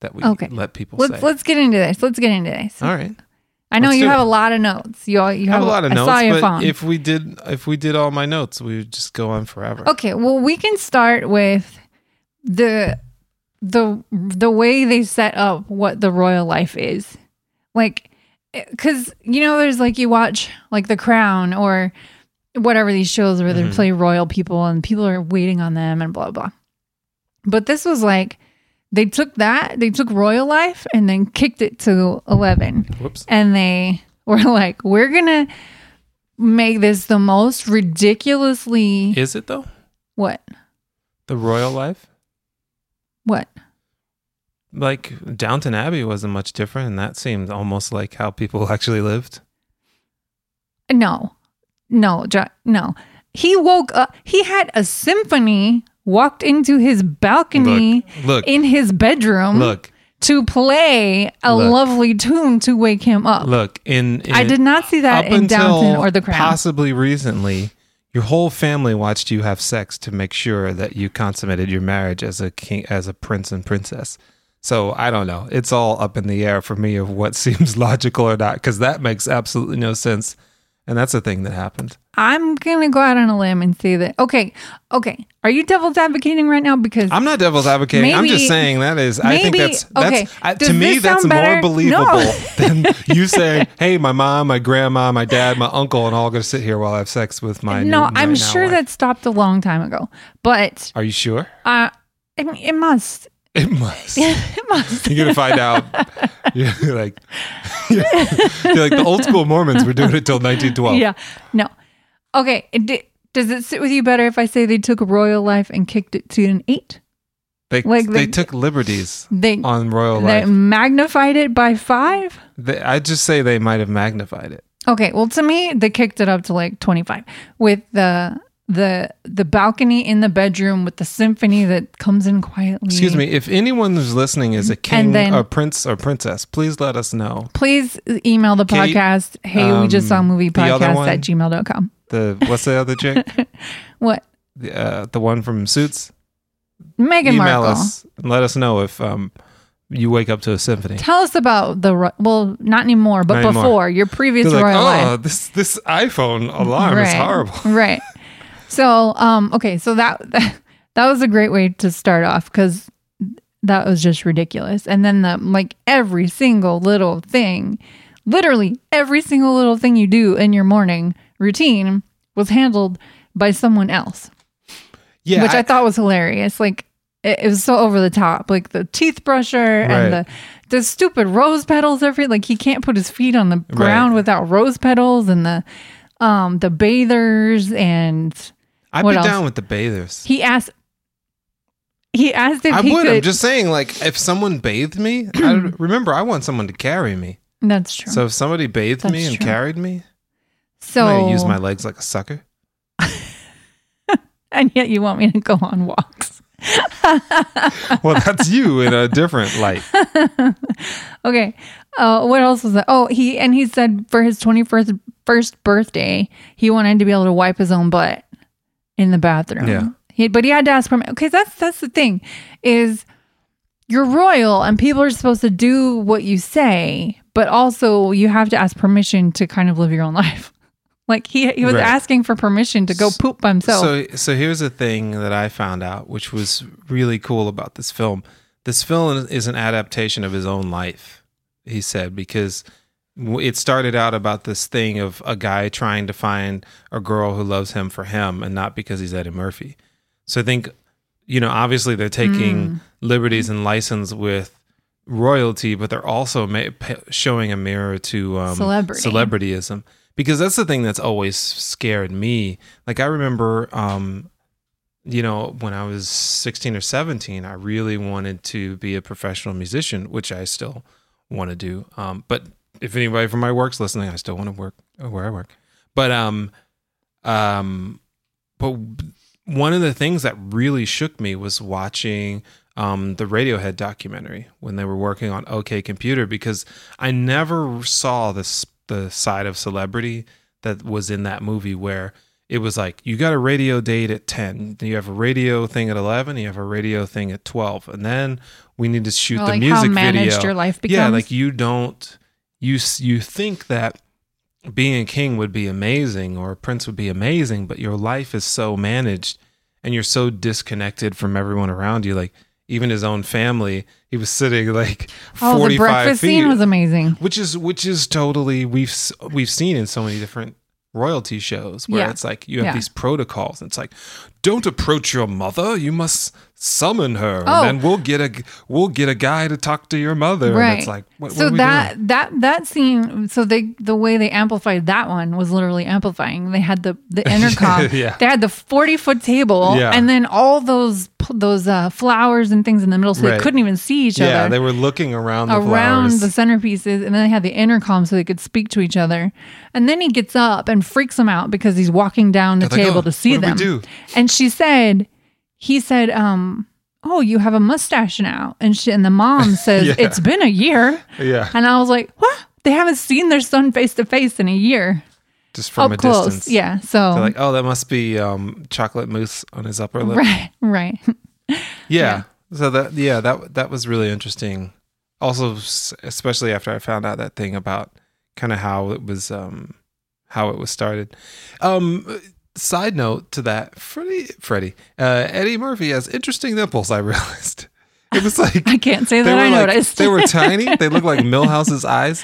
B: that we
A: Okay.
B: let people
A: Let's
B: say.
A: let's get into this. Let's get into this.
B: All right.
A: I know
B: let's
A: you
B: do
A: have
B: it.
A: a lot of notes. You all, you
B: I
A: have,
B: have a lot of
A: I
B: notes,
A: saw your
B: but
A: phone.
B: if we did if we did all my notes, we would just go on forever.
A: Okay, well we can start with the the the way they set up what the royal life is. Like cuz you know there's like you watch like The Crown or whatever these shows where they
B: Mhm.
A: play royal people and people are waiting on them and blah blah. But this was like they took that, they took royal life and then kicked it to 11
B: Whoops.
A: and they were like we're going to make this the most ridiculously
B: Is it though?
A: what
B: The royal life?
A: what?
B: Like Downton Abbey wasn't much different, and that seemed almost like how people actually lived.
A: No, no, Jo- no. He woke up. He had a symphony walked into his balcony
B: Look, look,
A: in his bedroom
B: look.
A: to play a
B: Look.
A: lovely tune to wake him up.
B: Look, in, in
A: I did not see that
B: up
A: in Downton
B: until
A: or The Crown.
B: Possibly recently, your whole family watched you have sex to make sure that you consummated your marriage as a king, as a prince and princess. So I don't know. It's all up in the air for me of what seems logical or not, because that makes absolutely no sense. And that's a thing that happened.
A: I'm gonna go out on a limb and say that. Okay, okay. Are you devil's advocating right now? Because
B: I'm not devil's advocating. I'm
A: Maybe-
B: just saying that is. I think
A: maybe-
B: that's
A: okay.
B: that's I, to
A: Does
B: me
A: this
B: that's
A: sound better?
B: more believable
A: No.
B: than you saying, "Hey, my mom, my grandma, my dad, my uncle, and all going to sit here while I have sex with my."
A: no,
B: new- my
A: I'm
B: now
A: sure
B: wife."
A: that stopped a long time ago. But
B: Are you sure?
A: uh, I mean, it must.
B: It must.
A: It must.
B: You're gonna find out. You're like, you're, you're like the old school Mormons were doing it till 1912.
A: Yeah. No. Okay. it di- does it sit with you better if I say they took royal life and kicked it to an eight?
B: They
A: Like
B: they
A: the-
B: took liberties
A: They
B: on royal
A: they
B: life.
A: magnified it by five.
B: They, I just say they might have magnified it.
A: Okay. Well, to me, they kicked it up to like twenty five with the the the balcony in the bedroom with the symphony that comes in quietly.
B: Excuse me. If anyone who's listening is a king,
A: then-
B: a prince, or princess, please let us know.
A: Please email the
B: Kate,
A: podcast. hey, we just saw a
B: um,
A: movie
B: the other
A: podcast
B: one?
A: at gmail.com.
B: The what's the other chick?
A: What?
B: The, uh, the one from Suits.
A: Meghan
B: Email
A: Markle.
B: us and let us know if um you wake up to a symphony.
A: Tell us about the ro- well, not anymore, but
B: Not anymore.
A: before your previous
B: They're like,
A: royal life.
B: oh, this this iPhone alarm is horrible.
A: Right. So, um, okay, so that that was a great way to start off because that was just ridiculous. And then the like every single little thing, literally every single little thing you do in your morning routine was handled by someone else,
B: Yeah,
A: which I,
B: I-
A: thought was hilarious. Like it, it was so over the top, like the teeth brusher and
B: Right.
A: the the stupid rose petals. Every like he can't put his feet on the ground without rose petals and the um the bathers and
B: I'd
A: What
B: be
A: else?
B: down with the bathers.
A: He asked. He asked if
B: I
A: he
B: would. I'm
A: could.
B: just saying, like, if someone bathed me, I remember I want someone to carry me.
A: that's true. So,
B: So if somebody bathed me
A: That's
B: and
A: true.
B: carried me, I'm gonna use my legs like a sucker.
A: and yet you want me to go on walks.
B: Well, that's you in a different light.
A: Okay. Uh, what else was that? Oh, he and he said for his twenty first first birthday, he wanted to be able to wipe his own butt in the bathroom.
B: Yeah.
A: He, but he had to ask permission. Okay, that's that's the thing is you're royal and people are supposed to do what you say, But also, you have to ask permission to kind of live your own life. Like he he was
B: Right.
A: asking for permission to go poop by himself.
B: So, so here's the thing that I found out, which was really cool about this film. This film is an adaptation of his own life, he said, because w- it started out about this thing of a guy trying to find a girl who loves him for him and not because he's Eddie Murphy. So I think, you know, obviously they're taking liberties and license with royalty, but they're also ma- pa- showing a mirror to um,
A: Celebrity.
B: celebrityism because that's the thing that's always scared me. Like I remember, um, you know, when I was 16 or 17, I really wanted to be a professional musician, which I still want to do. Um, but if anybody from my work's listening, I still want to work where I work. But um, um, but one of the things that really shook me was watching um, the Radiohead documentary when they were working on OK Computer because I never saw this the side of celebrity that was in that movie where it was like you got a radio date at 10 then you have a radio thing at 11 you have a radio thing at 12 and then we need to shoot
A: Or
B: the
A: like
B: music
A: how managed
B: video
A: your life becomes.
B: yeah like you don't you s- you think that being a king would be amazing or a prince would be amazing but your life is so managed and you're so disconnected from everyone around you like even his own family he was sitting like
A: oh,
B: 45
A: the breakfast
B: feet
A: scene was amazing.
B: which is which is totally we've s- we've seen in so many different royalty shows where
A: Yeah.
B: it's like you have
A: Yeah.
B: these protocols and it's like don't approach your mother you must summon her
A: Oh.
B: and then we'll get a we'll get a guy to talk to your mother and it's like what,
A: so
B: what are we
A: that
B: doing?
A: that that scene so they the way they amplified that one was literally amplifying they had the the intercom
B: Yeah.
A: they had the 40 foot table
B: Yeah.
A: and then all those p- those uh, flowers and things in the middle so they
B: Right.
A: couldn't even see each
B: yeah
A: other
B: they were looking around the
A: around
B: flowers
A: the centerpieces and then they had the intercom so they could speak to each other and then he gets up and freaks them out because he's walking down the
B: They're like,
A: table
B: "Oh,
A: to see
B: what do we
A: them
B: do?"
A: and she said he said um oh you have a mustache now and she and the mom says
B: Yeah.
A: it's been a year
B: yeah
A: and I was like, what? They haven't seen their son face to face in a year.
B: just
A: Up
B: from a
A: Oh, close.
B: distance
A: Yeah. So,
B: They're like oh that must be um chocolate mousse on his upper lip
A: right, right.
B: yeah. So that yeah that that was really interesting. Also, s- especially after I found out that thing about kind of how it was um how it was started. Um, side note to that, Freddie Freddie uh, Eddie Murphy has interesting nipples. I realized it was like
A: I can't say
B: they
A: that
B: were
A: I
B: like-
A: noticed.
B: they were tiny. They looked like Millhouse's eyes,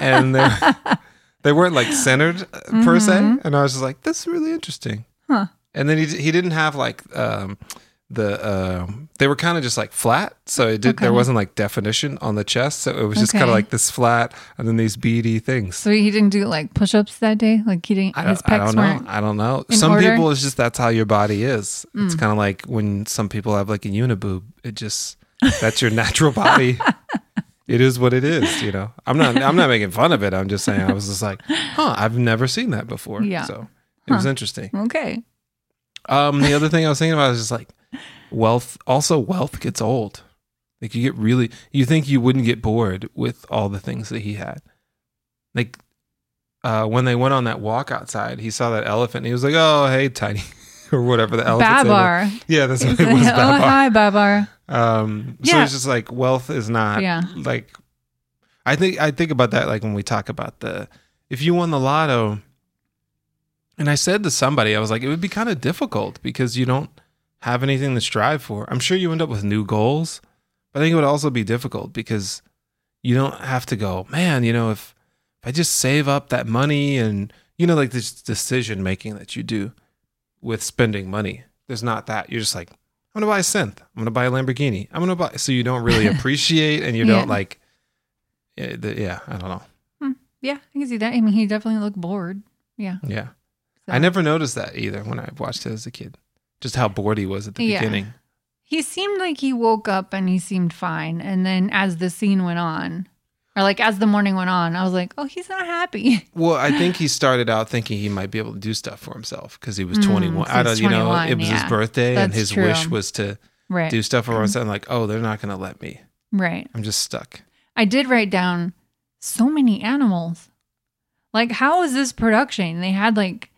B: and they they weren't like centered uh, per se. And I was just like, "This is really interesting."
A: Mm-hmm. Huh.
B: And then he d- he didn't have like um, the um they were kind of just like flat, so it did. There
A: Okay.
B: wasn't like definition on the chest, so it was just kind
A: Okay.
B: of like this flat, and then these beady things.
A: so he didn't do like push ups that day? Like he didn't,
B: I
A: his
B: don't, I
A: pecs
B: don't know.
A: weren't.
B: I don't know.
A: in
B: Some
A: order? Mm.
B: people, it's just that's how your body is. It's kind of like when some people have like a uniboob. It just that's your natural body. it is what it is. You know, I'm not. I'm not making fun of it. I'm just saying. I was just like, huh. I've never seen that before.
A: Yeah.
B: So it was interesting.
A: Okay.
B: Um, the other thing I was thinking about is just like wealth. Also, wealth gets old. Like you get really, you think you wouldn't get bored with all the things that he had. Like uh, when they went on that walk outside, he saw that elephant and he was like, "Oh, hey, tiny," or whatever the elephant.
A: Babar.
B: Yeah, that's
A: He's
B: what
A: like,
B: it was.
A: Oh,
B: Babar.
A: hi, Babar.
B: Um, so
A: Yeah.
B: it's just like wealth is not
A: Yeah.
B: like. I think I think about that like when we talk about the if you won the lotto. And I said to somebody, I was like, it would be kind of difficult because you don't have anything to strive for. I'm sure you end up with new goals, but I think it would also be difficult because you don't have to go, man. You know, if if I just save up that money and you know, like this decision making that you do with spending money, there's not that. You're just like, I'm gonna buy a synth. I'm gonna buy a Lamborghini. I'm gonna buy. So you don't really appreciate, and you
A: Yeah.
B: don't like. Yeah, the- yeah, I don't know.
A: Yeah, I can see that. I mean, he definitely looked bored. Yeah.
B: Yeah,
A: So.
B: I never noticed that either when I watched it as a kid. Just how bored he was at the
A: Yeah.
B: beginning.
A: He seemed like he woke up and he seemed fine. And then as the scene went on, or like as the morning went on, I was like, oh, he's not happy.
B: Well, I think he started out thinking he might be able to do stuff for himself because he was
A: Mm,
B: 21.
A: so
B: I don't,
A: he's
B: you know,
A: 21,
B: it was
A: yeah.
B: his birthday, and
A: That's
B: his
A: true.
B: wish was to
A: Right. Mm.
B: do stuff for himself. Like, oh, they're not gonna let me.
A: Right.
B: I'm just stuck.
A: I did write down so many animals. Like, how is this production? They had like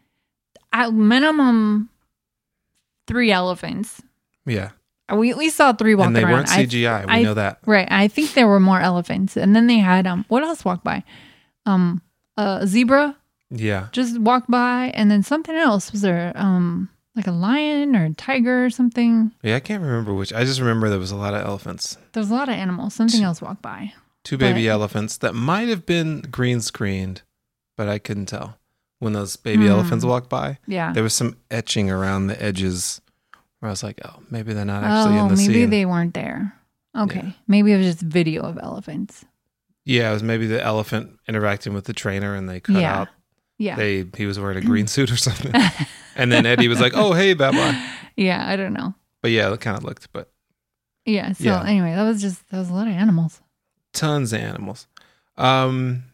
A: at minimum three elephants.
B: Yeah,
A: We at least saw three walking
B: and they
A: around.
B: weren't
A: I-
B: CGI. we
A: I-
B: know that.
A: right. I think there were more elephants, and then they had um. What else walked by? Um, a zebra
B: Yeah.
A: just walked by, and then something else was there. Um, like a lion or a tiger or something.
B: Yeah, I can't remember which. I just remember there was a lot of elephants.
A: There was a lot of animals. Something else walked by.
B: Two baby
A: But-
B: elephants that might have been green screened, but I couldn't tell. When those baby
A: Hmm.
B: elephants walked by,
A: Yeah.
B: there was some etching around the edges where I was like, oh, maybe they're not actually
A: Oh,
B: in the
A: maybe
B: scene.
A: they weren't there. Okay,
B: Yeah.
A: maybe it was just video of elephants.
B: yeah, it was maybe the elephant interacting with the trainer and they cut
A: Yeah.
B: out.
A: Yeah.
B: They He was wearing a green suit or something. and then Eddie was like, oh, hey, Baba.
A: yeah, I don't know.
B: But yeah, it kind of looked, but
A: Yeah. So
B: Yeah.
A: anyway, that was just that was a lot of animals.
B: tons of animals. Um,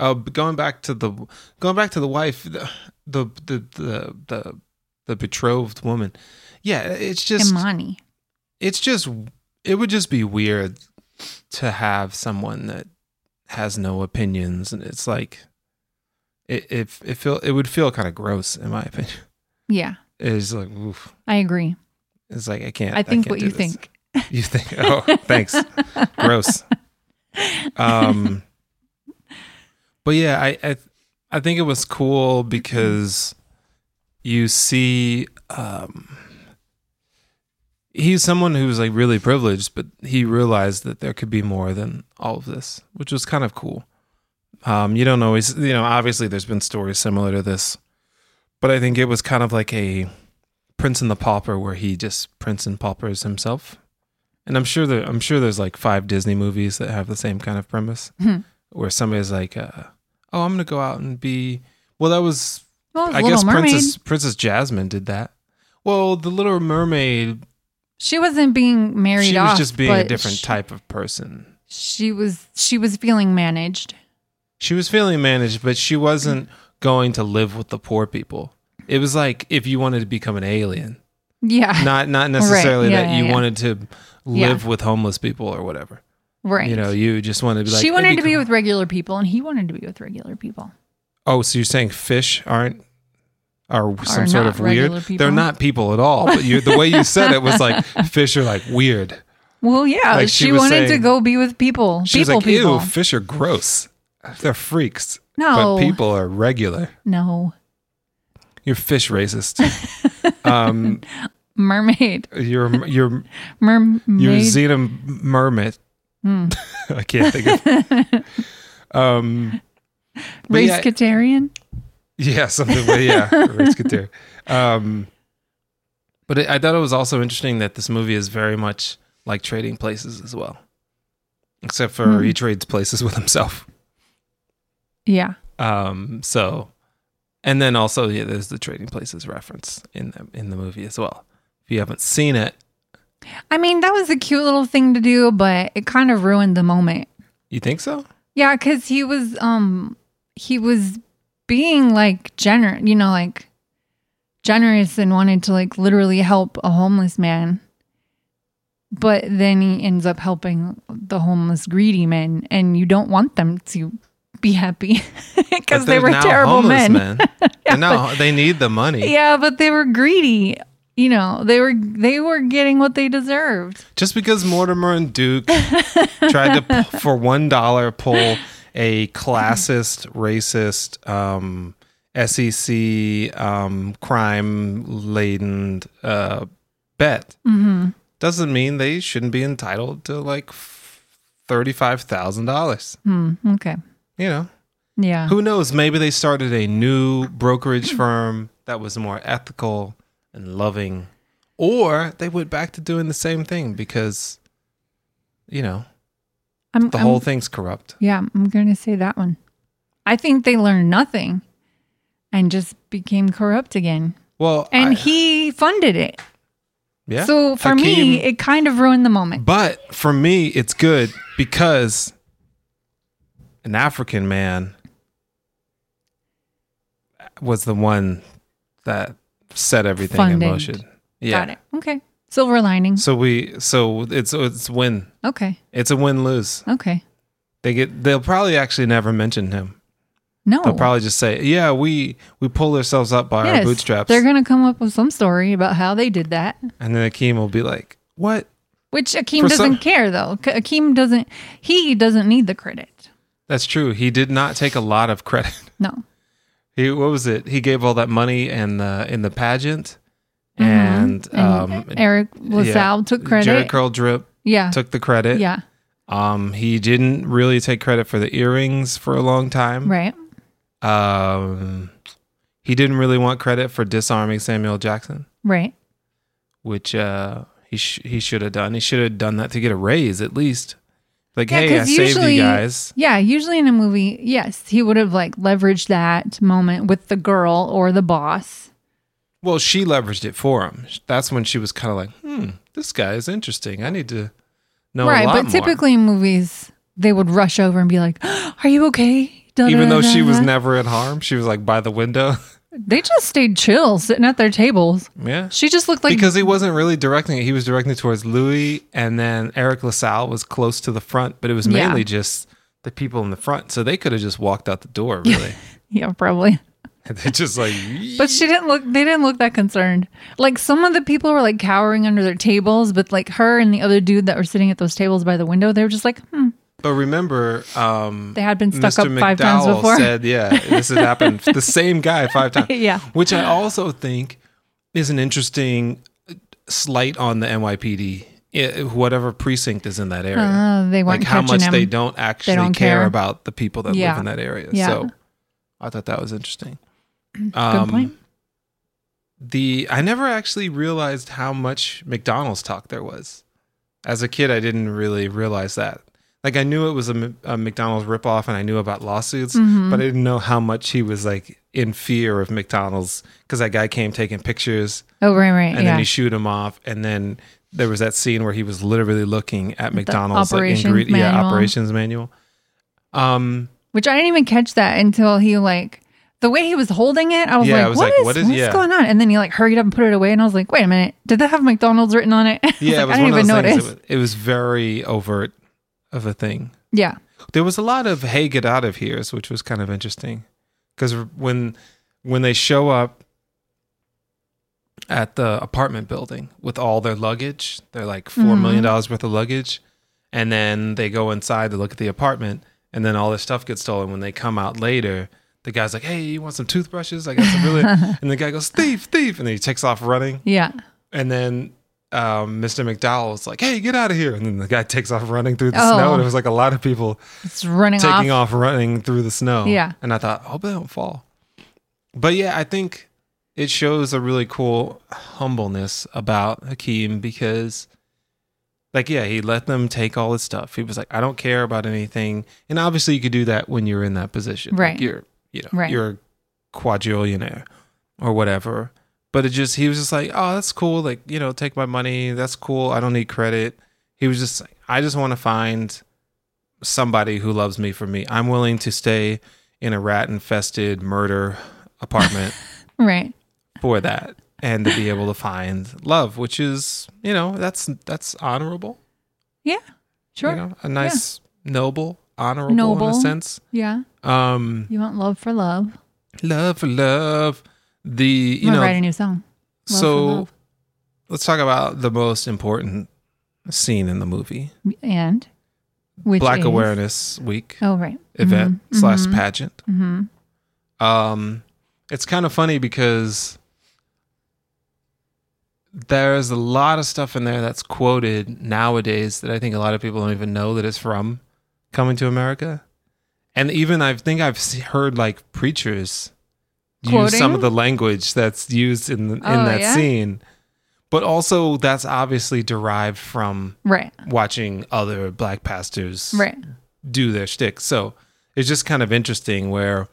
B: oh, but going back to the going back to the wife, the the the the the, the betrothed woman. Yeah, it's just
A: and Monty.
B: it's just it would just be weird to have someone that has no opinions, and it's like it it it feel it would feel kind of gross in my opinion.
A: Yeah,
B: It's like oof.
A: I agree.
B: It's like I can't.
A: I think
B: can't
A: what
B: do
A: you
B: this.
A: think.
B: You think? Oh, thanks. Gross. Um, but yeah, I, I I think it was cool because you see, um, he's someone who's like really privileged, but he realized that there could be more than all of this, which was kind of cool. Um, you don't always, you know, obviously there's been stories similar to this, but I think it was kind of like a Prince and the Pauper, where he just Prince and Paupers himself. And I'm sure that I'm sure there's like five Disney movies that have the same kind of premise,
A: Hmm.
B: where somebody's like, uh, "Oh, I'm gonna go out and be." Well, that was
A: Well, it was
B: I
A: Little
B: guess
A: Mermaid.
B: Princess Princess Jasmine did that. Well, the Little Mermaid,
A: she wasn't being married
B: she
A: off.
B: was just being a
A: but
B: different
A: she,
B: type of person.
A: She was she was feeling managed.
B: She was feeling managed, but she wasn't going to live with the poor people. It was like if you wanted to become an alien.
A: Yeah.
B: not not necessarily
A: yeah,
B: that
A: yeah,
B: you
A: yeah.
B: wanted to
A: Yeah.
B: live with homeless people or whatever.
A: right.
B: You know, you just wanted to be like
A: she
B: "It'd
A: wanted to be
B: cool."
A: with regular people, and he wanted to be with regular people.
B: Oh, so you're saying fish aren't are some
A: Are
B: sort
A: not
B: of weird?
A: regular people?
B: They're not people at all. But you, the way you said it was like fish are like weird.
A: Well, yeah,
B: Like, she
A: she,
B: was
A: wanted to
B: saying-
A: go be with people.
B: She
A: people,
B: was like,
A: people. Oh.
B: ew, fish are gross. They're freaks.
A: No,
B: But people are regular.
A: no,
B: You're fish racist. um,
A: mermaid,
B: you're you're
A: mermaid.
B: Your Xena Mermit.
A: Mm.
B: I can't think of. um, but yeah,
A: Racecatarian?
B: yeah, something. But yeah, Risketeer. Um, but it, I thought it was also interesting that this movie is very much like trading places as well, except for
A: Hmm.
B: he trades places with himself.
A: Yeah.
B: Um, so, and then also yeah, there's the trading places reference in the, in the movie as well. If you haven't seen it,
A: I mean, that was a cute little thing to do, but it kind of ruined the moment.
B: you think so?
A: Yeah, because he was um he was being like generous, you know, like generous and wanted to like literally help a homeless man. But then he ends up helping the homeless greedy men, and you don't want them to be happy because
B: But
A: they
B: they're
A: were
B: now
A: terrible
B: homeless
A: men.
B: They're now- they need the money.
A: Yeah, but they were greedy. You know, they were they were getting what they deserved.
B: Just because Mortimer and Duke tried to, p- for one dollar, pull a classist, racist, um, SEC um, crime laden uh, bet,
A: Mm-hmm.
B: doesn't mean they shouldn't be entitled to like thirty-five thousand dollars.
A: Hmm, okay.
B: You know,
A: Yeah.
B: who knows? Maybe they started a new
A: Mm.
B: brokerage firm that was more ethical and loving, or they went back to doing the same thing because, you know,
A: I'm,
B: the
A: I'm-
B: whole thing's corrupt.
A: Yeah, I'm gonna say that one. I think they learned nothing and just became corrupt again.
B: Well,
A: And
B: I- uh,
A: he funded it.
B: yeah.
A: So for me,
B: Hakeem-
A: it kind of ruined the moment.
B: but for me, it's good because an African man was the one that set everything
A: Funded.
B: in motion. Yeah.
A: Got it. Okay. Silver lining.
B: So we, so it's it's win.
A: Okay.
B: It's a win lose.
A: Okay.
B: They get. They'll probably actually never mention him.
A: No.
B: They'll probably just say, "Yeah, we we pull ourselves up by our
A: Oh. Yes,
B: bootstraps,"
A: They're gonna come up with some story about how they did that.
B: and then Akeem will be like, What?
A: Which Akeem
B: For
A: doesn't
B: some-
A: care though. K- Akeem doesn't. He doesn't need the credit.
B: That's true. He did not take a lot of credit.
A: No.
B: He what was it? He gave all that money and the in the pageant, and,
A: Mm-hmm. And
B: um,
A: Eric LaSalle took credit.
B: Jared Curl Drip
A: yeah.
B: took the credit.
A: yeah.
B: Um, he didn't really take credit for the earrings for a long time.
A: Right.
B: Um, he didn't really want credit for disarming Samuel Jackson,
A: Right.
B: which uh, he sh- he should have done. He should have done that to get a raise at least. Like,
A: Yeah,
B: hey, I
A: 'cause
B: saved
A: usually-
B: you guys.
A: Yeah. Usually in a movie, yes, he would have like leveraged that moment with the girl or the boss.
B: Well, she leveraged it for him. That's when she was kind of like, "Hmm, this guy is interesting. I need to know
A: right.
B: a lot
A: But
B: more."
A: typically in movies, they would rush over and be like, "Are you okay?" Da, da,
B: even
A: da,
B: though she
A: da,
B: was
A: da.
B: never at harm, she was like by the window.
A: they just stayed chill, sitting at their tables.
B: yeah.
A: She just looked like
B: because he wasn't really directing it. He was directing it towards Louis, and then Eric LaSalle was close to the front, but it was
A: Yeah.
B: mainly just the people in the front. So they could have just walked out the door, really.
A: yeah, probably.
B: they just like,
A: But she didn't look. They didn't look that concerned. Like some of the people were like cowering under their tables, but like her and the other dude that were sitting at those tables by the window, they were just like, hmm.
B: but remember, um,
A: They had been stuck
B: Mr.
A: up five times
B: McDowell
A: before.
B: said, yeah, this has happened. the same guy five times.
A: Yeah.
B: Which I also think is an interesting slight on the NYPD, i- eh, whatever precinct is in that area.
A: Uh, they weren't
B: like how
A: catching
B: much
A: him.
B: they don't actually
A: don't
B: care,
A: care.
B: about the people that live
A: Yeah.
B: in that area.
A: Yeah.
B: So I thought that was interesting. Um, Good
A: point.
B: The I never actually realized how much McDonald's talk there was. As a kid, I didn't really realize that. Like I knew it was a, M- a McDonald's ripoff, and I knew about lawsuits,
A: Mhm.
B: but I didn't know how much he was like in fear of McDonald's because that guy came taking pictures,
A: oh right, right, yeah.
B: and then he shoot him off, and then there was that scene where he was literally looking at McDonald's like,
A: operations
B: ingre- yeah
A: manual.
B: operations manual. Um,
A: Which I didn't even catch that until he like the way he was holding it. I was
B: Yeah,
A: like,
B: I was
A: what,
B: like,
A: is,
B: what is-
A: what's
B: yeah.
A: going on? And then he like hurried up and put it away, and I was like, wait a minute, did that have McDonald's written on it? I was
B: yeah,
A: like, I
B: it was
A: didn't even
B: one of those
A: notice.
B: things. It was, it was very overt of a thing.
A: yeah,
B: There was a lot of "Hey, get out of here," which was kind of interesting because when when they show up at the apartment building with all their luggage, they're like four million dollars worth of luggage, and then they go inside to look at the apartment, and then all their stuff gets stolen. When they come out later. The guy's like, "Hey, you want some toothbrushes? I got some really." and the guy goes, "Thief, thief!" And then he takes off running.
A: yeah,
B: And then um, Mr. McDowell was like, "Hey, get out of here!" And then the guy takes off running through the
A: Oh.
B: snow, and it was like a lot of people
A: it's running off.
B: taking off. running through the snow.
A: Yeah.
B: and I thought, "Hope they don't fall." But yeah, I think it shows a really cool humbleness about Hakeem because, like, yeah, he let them take all his stuff. He was like, "I don't care about anything," and obviously, you could do that when you're in that position. Like,
A: Right.
B: you're, you know,
A: Right.
B: you're a quadrillionaire or whatever. But it just he was just like, oh, that's cool. Like you know, take my money. That's cool. I don't need credit. He was just like, I just want to find somebody who loves me for me. I'm willing to stay in a rat infested murder apartment
A: Right.
B: for that and to be able to find love, which is you know that's that's honorable.
A: Yeah. Sure.
B: You know, a nice noble, honorable in a
A: Noble.
B: sense.
A: Yeah.
B: Um,
A: You want love for love.
B: love for love. The
A: I'm
B: you
A: gonna
B: know
A: write a new song. Love for
B: so
A: love.
B: let's talk about the most important scene in the movie
A: and which
B: black
A: is-
B: awareness week
A: Oh right.
B: event
A: Mhm,
B: slash
A: mhm,
B: pageant
A: mhm.
B: um it's kind of funny because there's a lot of stuff in there that's quoted nowadays that i think a lot of people don't even know that it's from coming to america and even i think i've se- heard like preachers use some
A: Quoting?
B: of the language that's used in the, in
A: Oh,
B: that
A: yeah?
B: scene but also that's obviously derived from
A: Right.
B: watching other black pastors
A: Right.
B: do their shtick. So it's just kind of interesting where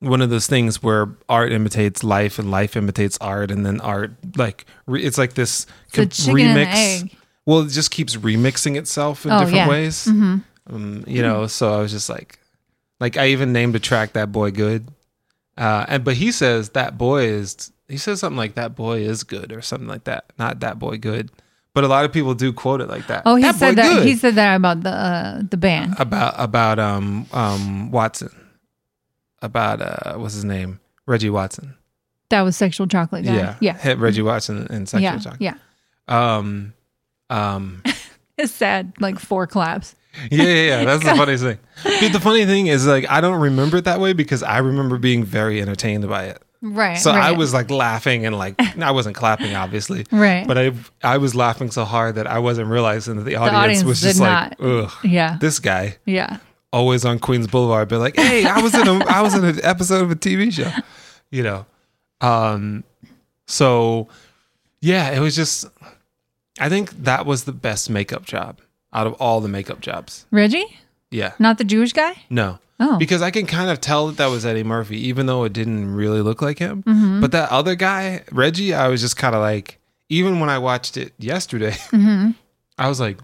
B: one of those things where art imitates life and life imitates art, and then art like re- it's like this
A: It's a
B: com-
A: chicken and egg.
B: Well, it just keeps remixing itself in
A: Oh,
B: different
A: yeah.
B: ways.
A: Mhm.
B: Um, you know, so I was just like, like I even named a track that boy good, uh, and but he says that boy is he says something like that boy is good or something like that, not that boy good. But a lot of people do quote it like that.
A: Oh, he
B: that
A: said
B: boy
A: that.
B: good
A: He said that about the uh, the band.
B: about about um um Watson, about uh what's his name Reggie Watson.
A: That was sexual chocolate guy.
B: Yeah,
A: Yeah. Mm-hmm.
B: Hit Reggie Watson and sexual
A: Yeah.
B: Chocolate.
A: Yeah.
B: Um, Um,
A: It's sad, like four claps.
B: yeah, yeah, yeah. That's the funniest thing. But the funny thing is, like, I don't remember it that way because I remember being very entertained by it.
A: Right.
B: So I
A: right,
B: was like laughing and like I wasn't clapping, obviously,
A: right.
B: but I I was laughing so hard that I wasn't realizing that the audience,
A: audience
B: was
A: did
B: just like, ugh,
A: yeah.
B: this guy
A: Yeah.
B: always on Queens Boulevard, be like, hey, I was in a I was in an episode of a TV show, you know. Um, so yeah, it was just. I think that was the best makeup job out of all the makeup jobs.
A: Reggie,
B: Yeah,
A: not the Jewish guy.
B: no,
A: Oh,
B: because I can kind of tell that that was Eddie Murphy, even though it didn't really look like him.
A: Mm-hmm.
B: But that other guy, Reggie, I was just kind of like, even when I watched it yesterday,
A: Mhm.
B: I was like,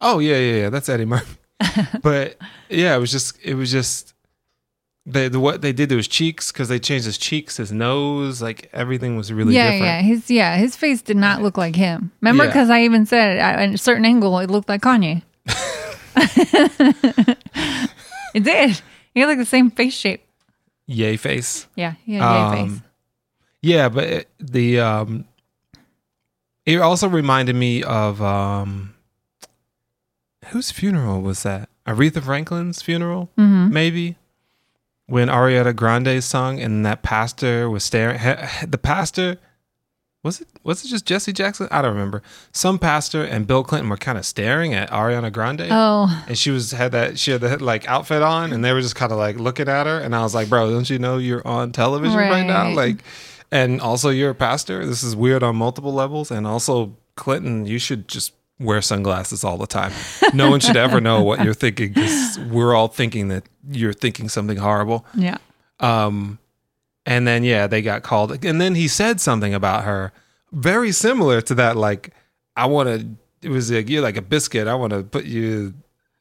B: oh yeah, yeah, yeah, that's Eddie Murphy. but yeah, it was just, it was just, they, the, what they did to his cheeks because they changed his cheeks, his nose, like everything was really
A: yeah,
B: different.
A: yeah. His yeah, his face did not look like him. Remember,
B: Yeah.
A: because I even said it, I, at a certain angle, it looked like Kanye. it did. He had like the same face shape.
B: Yay face.
A: Yeah, he had yay
B: Um,
A: face.
B: Yeah, but it, the um, it also reminded me of um, whose funeral was that? Aretha Franklin's funeral,
A: Mm-hmm.
B: maybe. When Ariana Grande sung, and that pastor was staring. ha- The pastor was it? Was it just Jesse Jackson? I don't remember. Some pastor and Bill Clinton were kind of staring at Ariana Grande,
A: Oh,
B: and she was had that she had that like outfit on, and they were just kind of like looking at her. And I was like, "Bro, don't you know you're on television right, now?
A: Right.
B: Like, and also you're a pastor. This is weird on multiple levels. And also, Clinton, you should just wear sunglasses all the time. No one should ever know what you're thinking because we're all thinking that you're thinking something horrible."
A: yeah.
B: Um, and then yeah, they got called, and then he said something about her, very similar to that. Like, I want to. It was like you're like a biscuit. I want to put you.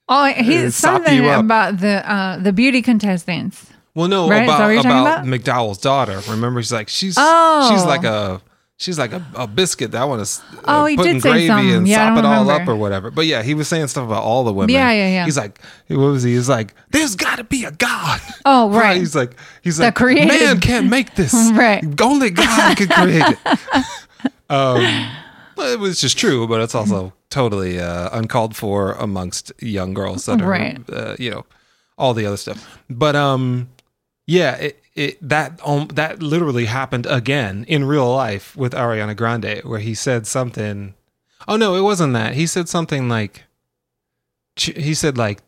A: Oh, he
B: Uh, sop
A: something
B: you up.
A: about the uh, the beauty contestants.
B: Well, no,
A: Right? Is that
B: about,
A: what you're talking
B: about McDowell's daughter. Remember, she's like she's
A: Oh.
B: she's like a she's like a, a biscuit that I want to
A: Oh,
B: uh,
A: he
B: put
A: did
B: in
A: say
B: gravy
A: something.
B: and
A: Yeah, I
B: sop it
A: don't
B: all up
A: remember.
B: or whatever. But yeah, he was saying stuff about all the women.
A: Yeah, yeah, yeah.
B: He's like, what was he? He's like, there's got to be a god.
A: Oh, right.
B: He's like, he's
A: That
B: like,
A: created-
B: man can't make this.
A: Right.
B: Only God could create it. um, well, it was just true, but it's
A: Mm-hmm.
B: also totally uh, uncalled for amongst young girls that are,
A: Right.
B: uh, you know, all the other stuff. But um, yeah, it, it that um, that literally happened again in real life with Ariana Grande, where he said something. Oh no, it wasn't that. He said something like, ch- he said like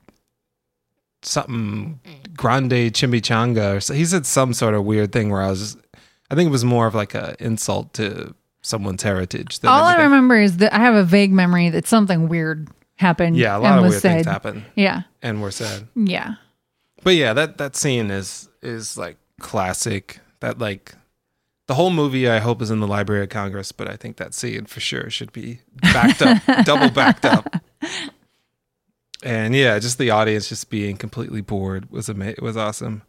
B: something
A: Mm.
B: grande chimichanga or so. He said some sort of weird thing where I was just, I think it was more of like a insult to someone's heritage. Than
A: All I
B: anything.
A: remember is that I have a vague memory that something weird happened.
B: Yeah, a lot
A: and
B: of
A: was
B: weird
A: said.
B: things happen
A: Yeah,
B: and were said.
A: yeah.
B: But yeah, that that scene is is like classic. That like the whole movie I hope is in the Library of Congress, but I think that scene for sure should be backed up, double backed up. And yeah, just the audience just being completely bored was ama- was awesome.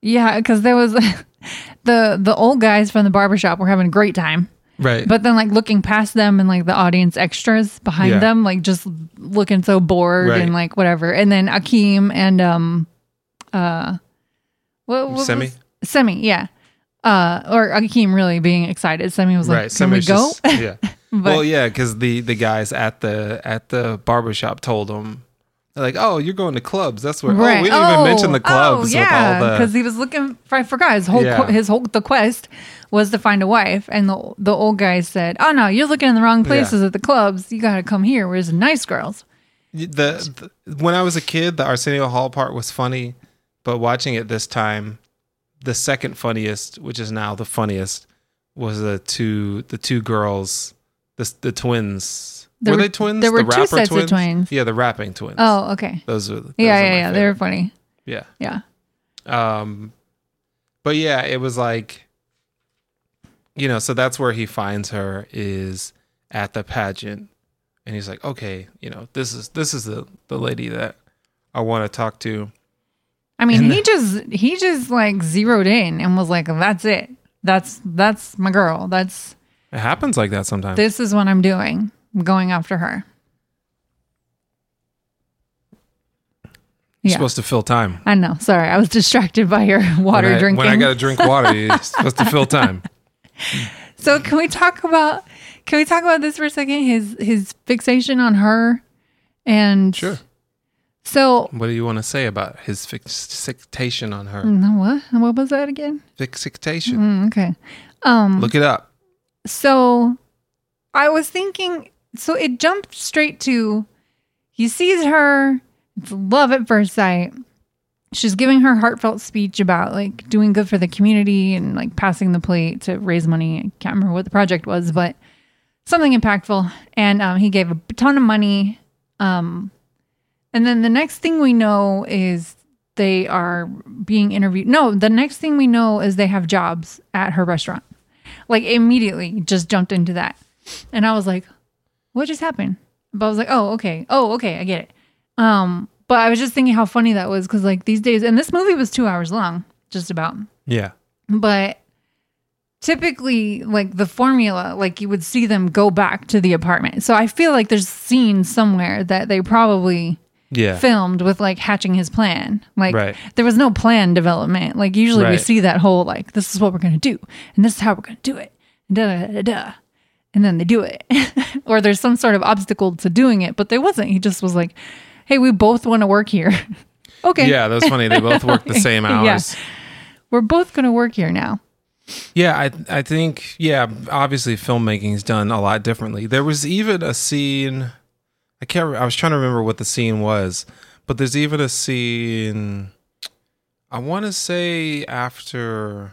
A: Yeah, because there was the the old guys from the barbershop were having a great time,
B: Right.
A: but then like looking past them and like the audience extras behind
B: Yeah.
A: them, like just looking so bored
B: Right.
A: and like whatever. And then Akeem and um, uh, what, what
B: Semi?
A: was- Semi, yeah, uh, or Akeem really being excited. Semi was like,
B: right.
A: "Can we
B: Somebody's
A: go?"
B: just- yeah.
A: But-
B: well, yeah, because the the guys at the at the barbershop told them. They're like, oh, you're going to clubs. That's where. Oh, we didn't even mention the clubs
A: Oh, yeah,
B: with all the.
A: because he was looking. For, I forgot his whole
B: Yeah.
A: qu- his whole the quest was to find a wife, and the the old guy said, "Oh no, you're looking in the wrong places at the clubs. You got to come here. Where's the nice girls?"
B: the, the when I was a kid, the Arsenio Hall part was funny, but watching it this time, the second funniest, which is now the funniest, was the two the two girls, the the twins.
A: There
B: were,
A: were-
B: they twins?
A: there were
B: the
A: two sets of twins.
B: Yeah, the rapping twins.
A: Oh, okay.
B: those are those
A: yeah,
B: are
A: yeah,
B: my
A: yeah.
B: favorite.
A: They're funny.
B: yeah.
A: Yeah,
B: Um, but yeah, it was like, you know, so that's where he finds her is at the pageant, and he's like, okay, you know, this is this is the the lady that I want to talk to.
A: I mean,
B: And
A: he just he just like zeroed in and was like, "That's it. That's that's my girl. That's
B: It happens like that sometimes.
A: this is what I'm doing. I'm going after her."
B: You're
A: Yeah.
B: supposed to fill time.
A: I know. Sorry, I was distracted by your water
B: when I,
A: drinking.
B: When I gotta drink water, you're supposed to fill time.
A: So can we talk about can we talk about this for a second? His his fixation on her and
B: Sure.
A: So
B: What do you want to say about his fixation on her?
A: no what what was that again?
B: Fixation.
A: Mm, okay. Um
B: Look it up.
A: so I was thinking so it jumped straight to he sees her, it's love at first sight. She's giving her heartfelt speech about like doing good for the community and like passing the plate to raise money. I can't remember what the project was, but something impactful. And um, he gave a ton of money. Um, and then the next thing we know is they are being interviewed. No, the next thing we know is they have jobs at her restaurant. Like immediately just jumped into that. And I was like, what just happened? But I was like, oh, okay. Oh, okay. I get it. Um, but I was just thinking how funny that was because, like, these days, and this movie was two hours long, just about.
B: Yeah.
A: But typically, like, the formula, like, you would see them go back to the apartment. So I feel like there's scenes somewhere that they probably
B: Yeah.
A: filmed with, like, hatching his plan. Like,
B: Right.
A: there was no plan development. Like, usually we
B: Right.
A: see that whole, like, this is what we're going to do, and this is how we're going to do it. Da, da, da, da. And then they do it. or there's some sort of obstacle to doing it, but there wasn't. He just was like, hey, we both want to work here. okay.
B: Yeah, that was funny. They both work the same
A: Yeah.
B: hours.
A: We're both going to work here now.
B: Yeah, I I think yeah, obviously filmmaking is done a lot differently. There was even a scene I can't re- I was trying to remember what the scene was, but there's even a scene I want to say after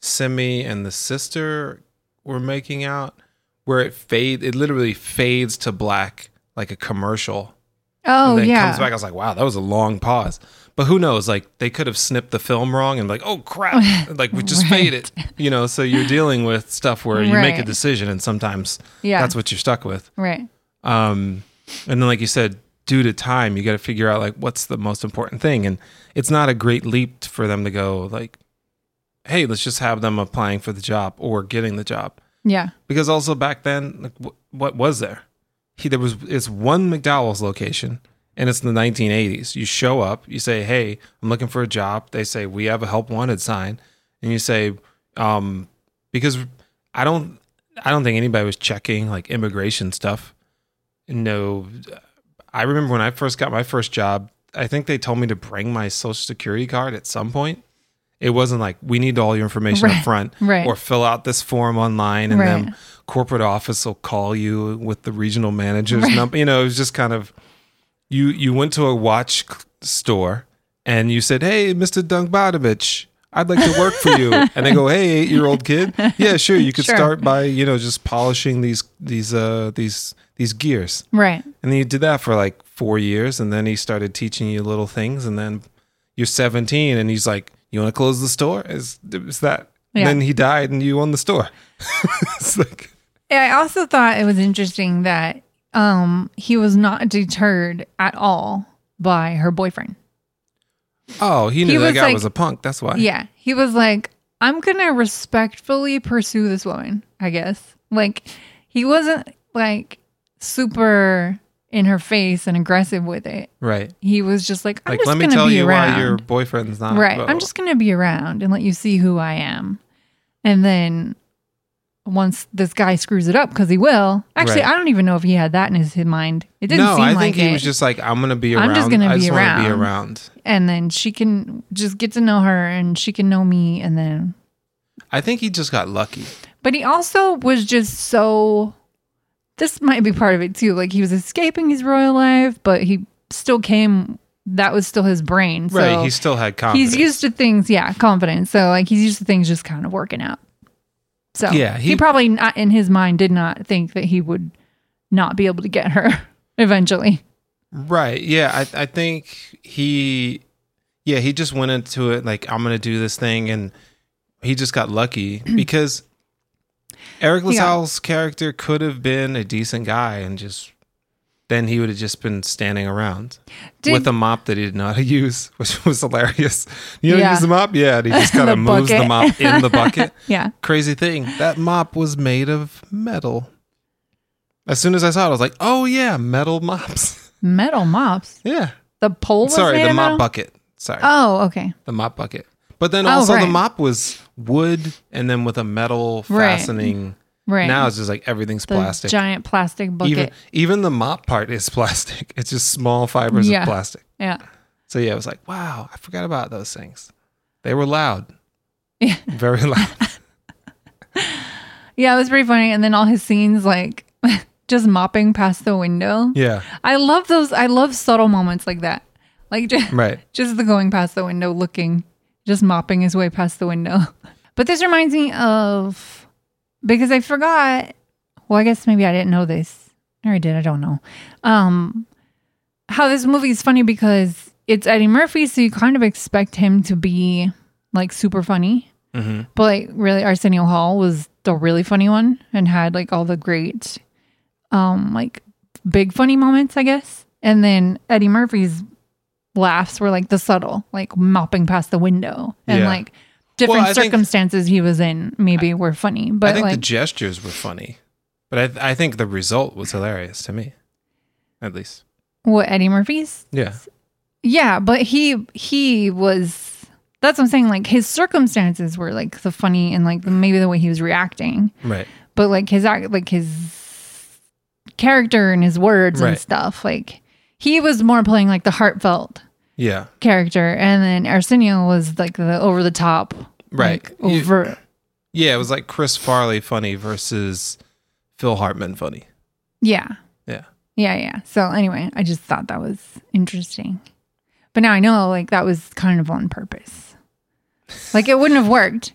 B: Simi and the sister were making out where it fade it literally fades to black like a commercial
A: Oh,
B: and then
A: yeah.
B: comes back. I was like, wow, that was a long pause. But who knows? Like they could have snipped the film wrong and like, oh crap, like we just
A: Right.
B: made it. You know, so you're dealing with stuff where you make a
A: Right.
B: decision and sometimes
A: Yeah.
B: that's what you're stuck with.
A: right.
B: Um, and then like you said, due to time, you got to figure out like what's the most important thing. And it's not a great leap for them to go like, hey, let's just have them applying for the job or getting the job
A: Yeah.
B: because also back then like wh- what was there he there was it's one mcdowell's location and it's in the 1980s you show up you say hey i'm looking for a job they say we have a help wanted sign and you say um because i don't i don't think anybody was checking like immigration stuff no i remember when i first got my first job i think they told me to bring my social security card at some point it wasn't like we need all your information
A: Right,
B: up front
A: right.
B: or fill out this form online and
A: Right.
B: then corporate office will call you with the regional manager's number you know it was just kind of you you went to a watch c- store and you said, "Hey, Mr. Dungbadovich, I'd like to work for you." and they go, "Hey, eight-year-old kid, yeah, sure, you could
A: Sure.
B: start by you know just polishing these these uh these these gears."
A: Right.
B: And then you did that for like four years, and then he started teaching you little things, and then you're 17, and he's like, "You want to close the store?" Is is that?
A: Yeah.
B: Then he died, and you own the store. it's like,
A: I also thought it was interesting that um, he was not deterred at all by her boyfriend.
B: oh, he knew that
A: was
B: guy
A: like-
B: was a punk. That's why.
A: Yeah. He was like, I'm going to respectfully pursue this woman, I guess. Like, he wasn't like super in her face and aggressive with it.
B: Right.
A: He was just like, I'm
B: Like,
A: just
B: let me
A: going
B: tell
A: to be
B: you
A: around.
B: why your boyfriend's not.
A: right.
B: well,
A: I'm just going to be around and let you see who I am. And then once this guy screws it up, because he will. Actually,
B: Right.
A: I don't even know if he had that in his mind. It didn't
B: no,
A: seem
B: I
A: like
B: think
A: it.
B: he was just like, I'm gonna be around.
A: I'm just gonna
B: I
A: be
B: just wanna be
A: around."
B: around.
A: and then she can just get to know her and she can know me. And then,
B: I think he just got lucky.
A: but he also was just so. This might be part of it too. Like he was escaping his royal life, but he still came. That was still his brain. So
B: right. He still had confidence.
A: he's used to things yeah confidence so like he's used to things just kind of working out so
B: Yeah,
A: he,
B: he-
A: probably not in his mind did not think that he would not be able to get her eventually
B: Right. Yeah. I, I think he, yeah, he just went into it like, I'm going to do this thing. And he just got lucky because Eric LaSalle's character could have been a decent guy and just, then he would have just been standing around
A: Did-
B: with a mop that he did not use, which was hilarious. You know,
A: Yeah.
B: use the mop? Yeah. And he just kind
A: The
B: of moves the
A: bucket.
B: mop in the bucket.
A: yeah
B: Crazy thing. That mop was made of metal. As soon as I saw it, I was like, oh, yeah, metal mops.
A: metal mops
B: yeah.
A: the pole was
B: Sorry,
A: made
B: the
A: of
B: mop
A: metal?
B: bucket. Sorry,
A: oh okay
B: the mop bucket. But then
A: Oh,
B: also
A: right.
B: the mop was wood and then with a metal
A: Right.
B: fastening.
A: Right.
B: Now it's just like everything's
A: the
B: plastic.
A: giant plastic bucket.
B: even even the mop part is plastic. It's just small fibers
A: Yeah.
B: of plastic.
A: yeah.
B: So yeah, it was like, wow, I forgot about those things. They were loud.
A: Yeah.
B: Very loud.
A: Yeah, it was pretty funny. And then all his scenes, like just mopping past the window.
B: Yeah.
A: I love those. I love subtle moments like that. Like just,
B: Right.
A: just the going past the window, looking, just mopping his way past the window. But this reminds me of because I forgot. Well, I guess maybe I didn't know this, or I did. I don't know. Um, how this movie is funny because it's Eddie Murphy, so you kind of expect him to be like super funny.
B: hmm
A: But like really Arsenio Hall was the really funny one and had like all the great um like big funny moments, I guess. And then Eddie Murphy's laughs were like the subtle, like mopping past the window and
B: Yeah.
A: like different
B: I think-
A: circumstances he was in maybe were funny.
B: I
A: But
B: think the
A: like
B: gestures were funny, but I, I think the result was hilarious to me, at least.
A: what Eddie Murphy's?
B: Yeah.
A: Yeah, but he he was that's what I'm saying, like his circumstances were like the funny and like maybe the way he was reacting.
B: Right.
A: but like his act, like his character and his words and
B: Right.
A: stuff. Like he was more playing like the heartfelt
B: Yeah.
A: character, and then Arsenio was like the over the top,
B: Right.
A: Like, oh,
B: You-
A: over,
B: yeah. It was like Chris Farley funny versus Phil Hartman funny.
A: yeah,
B: Yeah.
A: yeah, yeah. So anyway, I just thought that was interesting, but now I know like that was kind of on purpose. Like it wouldn't have worked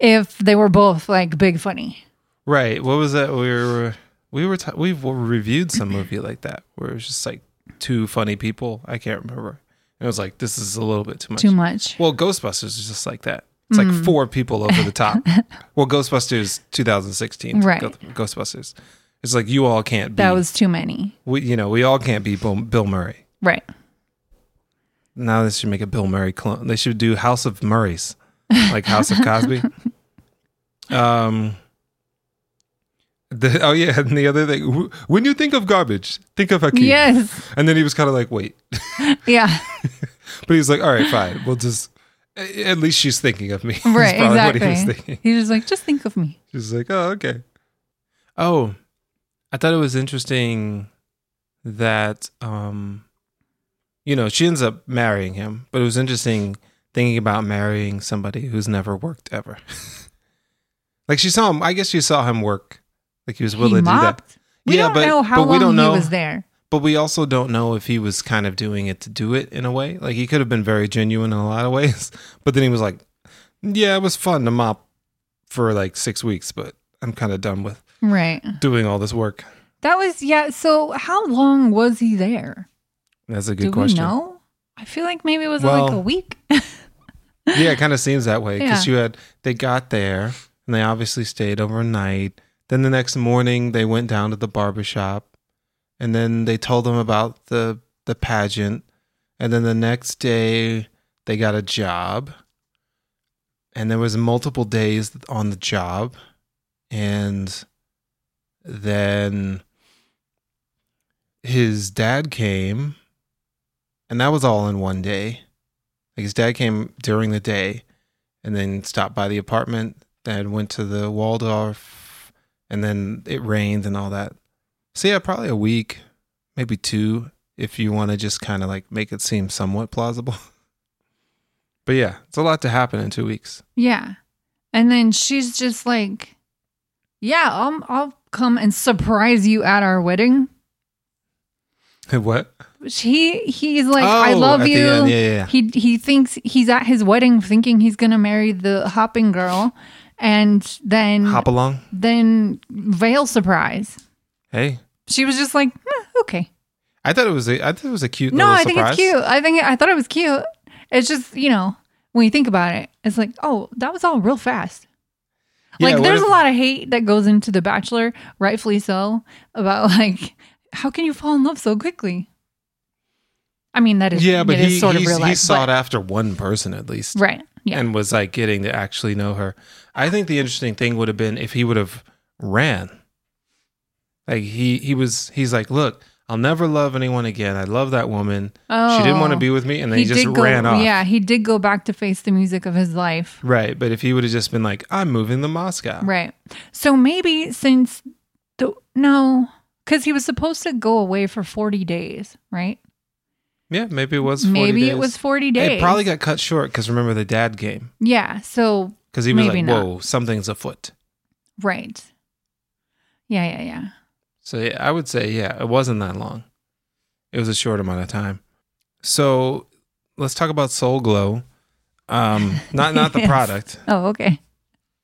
A: if they were both like big funny.
B: Right. What was that? We were we were t- we've reviewed some movie like that where it was just like two funny people. I can't remember. And it was like this is a little bit too much.
A: Too Mm. much.
B: Well, Ghostbusters is just like that. It's like four people over the top. well, Ghostbusters 2016,
A: Right.
B: Go- Ghostbusters. It's like you all can't be.
A: That was too many.
B: we, you know, we all can't be Bill, Bill Murray.
A: Right.
B: Now they should make a Bill Murray clone. They should do House of Murrays, like House of Cosby. Um. The, oh yeah, and the other thing, wh- when you think of garbage, think of Hakeem.
A: Yes.
B: And then he was kind of like, wait,
A: Yeah.
B: but he's like, all right, fine, we'll just. a- At least she's thinking of me. is
A: Right.
B: probably what
A: exactly.
B: he was thinking.
A: He was like, just think of me.
B: She's like, oh, okay. Oh, I thought it was interesting that, um, you know, she ends up marrying him, but it was interesting thinking about marrying somebody who's never worked ever. like she saw him, I guess she saw him work. Like he was willing
A: he
B: to do that.
A: mopped. We
B: Yeah,
A: don't
B: but-
A: know how
B: but
A: long
B: we don't know.
A: he was there.
B: But we also don't know if he was kind of doing it to do it in a way. Like he could have been very genuine in a lot of ways, but then he was like, yeah, it was fun to mop for like six weeks, but I'm kind of done with
A: Right.
B: doing all this work?
A: That was yeah. So how long was he there?
B: That's a good
A: Do
B: question.
A: we know? I feel like maybe it was like
B: Well-
A: a week.
B: Yeah, it kind of seems that way because
A: Yeah.
B: you had they got there and they obviously stayed overnight. Then the next morning they went down to the barber shop, and then they told them about the the pageant, and then the next day they got a job, and there was multiple days on the job, and then his dad came, and that was all in one day. Like his dad came during the day and then stopped by the apartment, then went to the Waldorf, and then it rained and all that. So, yeah, probably a week, maybe two, if you want to just kind of like make it seem somewhat plausible. but yeah, it's a lot to happen in two weeks.
A: yeah. And then she's just like, "Yeah, I'll I'll come and surprise you at our wedding."
B: what?
A: He he's like, "I
B: Oh,
A: love
B: at the
A: you."
B: end, yeah, yeah, yeah.
A: He he thinks he's at his wedding, thinking he's gonna marry the hopping girl, and then
B: Hop along.
A: then veil surprise.
B: Hey.
A: She was just like, "Hmm, okay.
B: I thought it was a I thought it was a cute
A: No,
B: little
A: I think
B: surprise.
A: it's cute. I think I thought it was cute. It's just you know when you think about it, it's like, oh, that was all real fast.
B: Yeah,
A: like
B: what
A: there's
B: if-
A: a lot of hate that goes into The Bachelor, rightfully so, about like how can you fall in love so quickly? I mean that is
B: Yeah, but
A: it is
B: he,
A: sort of
B: he's-
A: real
B: he
A: life,
B: sought
A: but-
B: after one person at least.
A: right? Yeah,
B: and was like getting to actually know her. I think the interesting thing would have been if he would have ran. Like he he was he's like, look, I'll never love anyone again. I love that woman.
A: Oh,
B: She didn't want to be with me, and then he, just
A: go,
B: ran off.
A: Yeah, he did go back to face the music of his life.
B: Right. But if he would have just been like, I'm moving to Moscow.
A: Right. So maybe since the no, because he was supposed to go away for forty days, right?
B: Yeah, maybe it was 40
A: maybe
B: days.
A: it was forty days.
B: It probably got cut short because remember the dad game.
A: Yeah. So
B: Because he was
A: Maybe
B: like,
A: not.
B: whoa, something's afoot.
A: right. Yeah, yeah, yeah.
B: So yeah, I would say, yeah, it wasn't that long. It was a short amount of time. So let's talk about Soul Glow. Um, not not the
A: Yes.
B: product.
A: Oh, okay.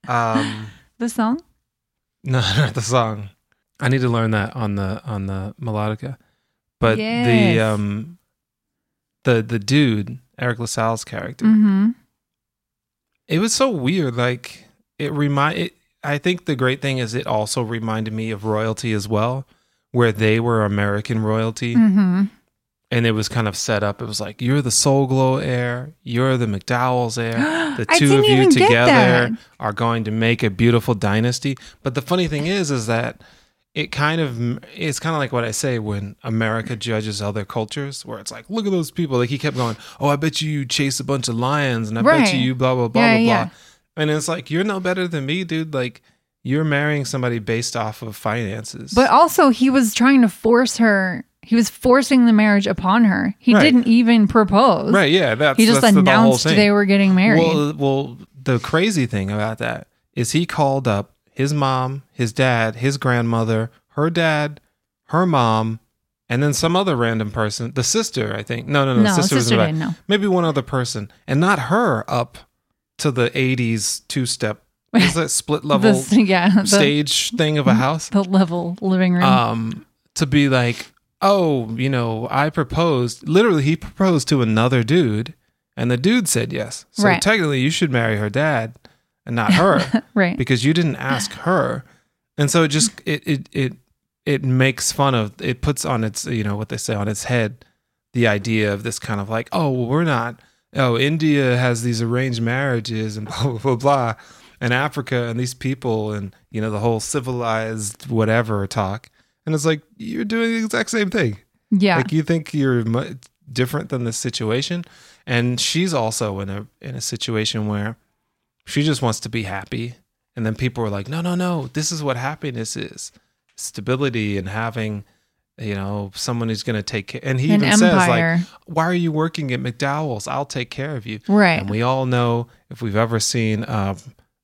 B: Um,
A: The song.
B: no, not the song. I need to learn that on the on the melodica. But
A: Yes.
B: the um, the the dude Eric LaSalle's character.
A: Mm-hmm.
B: It was so weird. Like it remind. It, I think the great thing is it also reminded me of royalty as well, where they were American royalty.
A: Mm-hmm.
B: and it was kind of set up. It was like you're the Soul Glow heir, you're the McDowell's heir. The
A: I
B: two of
A: didn't
B: you
A: even get that.
B: together are going to make a beautiful dynasty. But the funny thing is, is that it kind of it's kind of like what I say when America judges other cultures, where it's like, look at those people. Like he kept going, oh, I bet you you chase a bunch of lions, and I bet
A: Right.
B: you you blah blah blah
A: Yeah,
B: blah
A: yeah.
B: blah. And it's like you're no better than me, dude. Like you're marrying somebody based off of finances.
A: But also, he was trying to force her. He was forcing the marriage upon her. He
B: Right.
A: didn't even propose.
B: right, yeah, that's
A: He just
B: that's the- the whole
A: announced
B: thing.
A: they were getting married.
B: Well, well, the crazy thing about that is he called up his mom, his dad, his grandmother, her dad, her mom, and then some other random person, the sister, I think. No, no, no,
A: no,
B: sister,
A: sister,
B: was
A: didn't know.
B: Maybe one other person, and not her up to the 80s two step. Is that split level
A: This, yeah, the, Mm-hmm.
B: stage thing of a house?
A: the level living room.
B: um to be like oh you know i proposed literally he proposed to another dude and the dude said yes so
A: Right.
B: technically you should marry her dad and not her
A: right.
B: because you didn't ask her and so it just it it it it makes fun of it puts on its you know what they say on its head the idea of this kind of like oh well, we're not oh india has these arranged marriages and blah blah blah blah and africa and these people and you know the whole civilized whatever talk and it's like you're doing the exact same thing
A: yeah.
B: like you think you're mu- different than the situation, and she's also in a in a situation where she just wants to be happy, and then people are like, no, no, no, this is what happiness is: stability and having, you know, someone who's going to take care. And he
A: An
B: even
A: empire.
B: says like, why are you working at McDowell's? I'll take care of you.
A: Right.
B: And we all know if we've ever seen, um,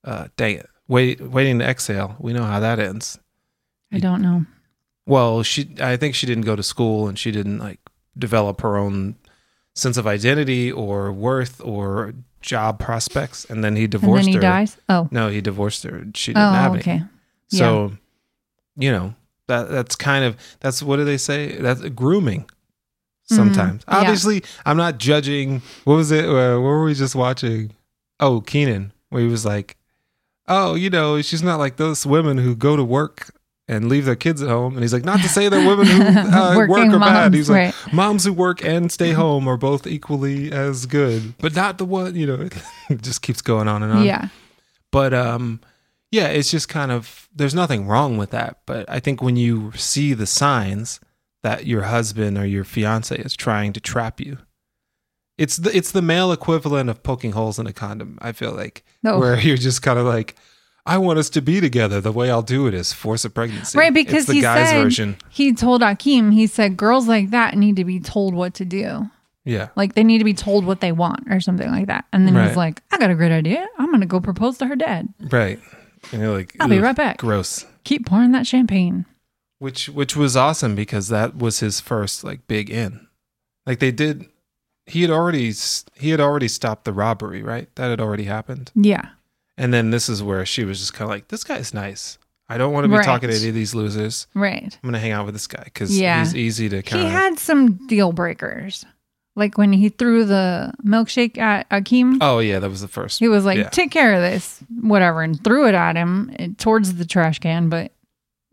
B: uh, dang it, wait, waiting to exhale, we know how that ends
A: I don't know.
B: well she i think she didn't go to school and she didn't like develop her own sense of identity or worth or job prospects and then he
A: And
B: divorced
A: then he
B: her
A: dies. Oh.
B: no he divorced her and she didn't have
A: Oh.
B: any
A: Okay. Yeah.
B: so you know that that's kind of that's what do they say that's grooming sometimes
A: Mm-hmm. yeah.
B: obviously i'm not judging what was it uh, what were we just watching oh keenan where he was like oh you know she's not like those women who go to work and leave their kids at home and he's like not to say that women who uh, work are
A: Working
B: bad
A: moms,
B: he's like
A: right.
B: moms who work and stay home are both equally as good but not the one you know it just keeps going on and on
A: yeah.
B: but um yeah it's just kind of there's nothing wrong with that but i think when you see the signs that your husband or your fiance is trying to trap you it's the it's the male equivalent of poking holes in a condom i feel like
A: Oh.
B: where you're just kind of like i want us to be together the way i'll do it is force a pregnancy
A: Right,
B: It's
A: because
B: the
A: he
B: guy's
A: said-
B: version
A: He told Akeem, he said, girls like that need to be told what to do.
B: yeah
A: Like they need to be told what they want or something like that. And then
B: Right.
A: he's like, I got a great idea. I'm going to go propose to her dad.
B: right and you're like
A: I'll be
B: "Ugh,
A: right back."
B: gross
A: Keep pouring that champagne.
B: which which was awesome because that was his first like big in like they did he had already s- he had already stopped the robbery right that had already happened
A: Yeah.
B: and then this is where she was just kind of like this guy's nice i don't want to be
A: Right.
B: talking to any of these losers
A: Right.
B: i'm gonna hang out with this guy because
A: Yeah.
B: he's easy to kind
A: He
B: of
A: had some deal breakers. Like when he threw the milkshake at Akeem.
B: oh yeah that was the first
A: He was like,
B: Yeah.
A: "Take care of this, whatever," and threw it at him eh, towards the trash can, but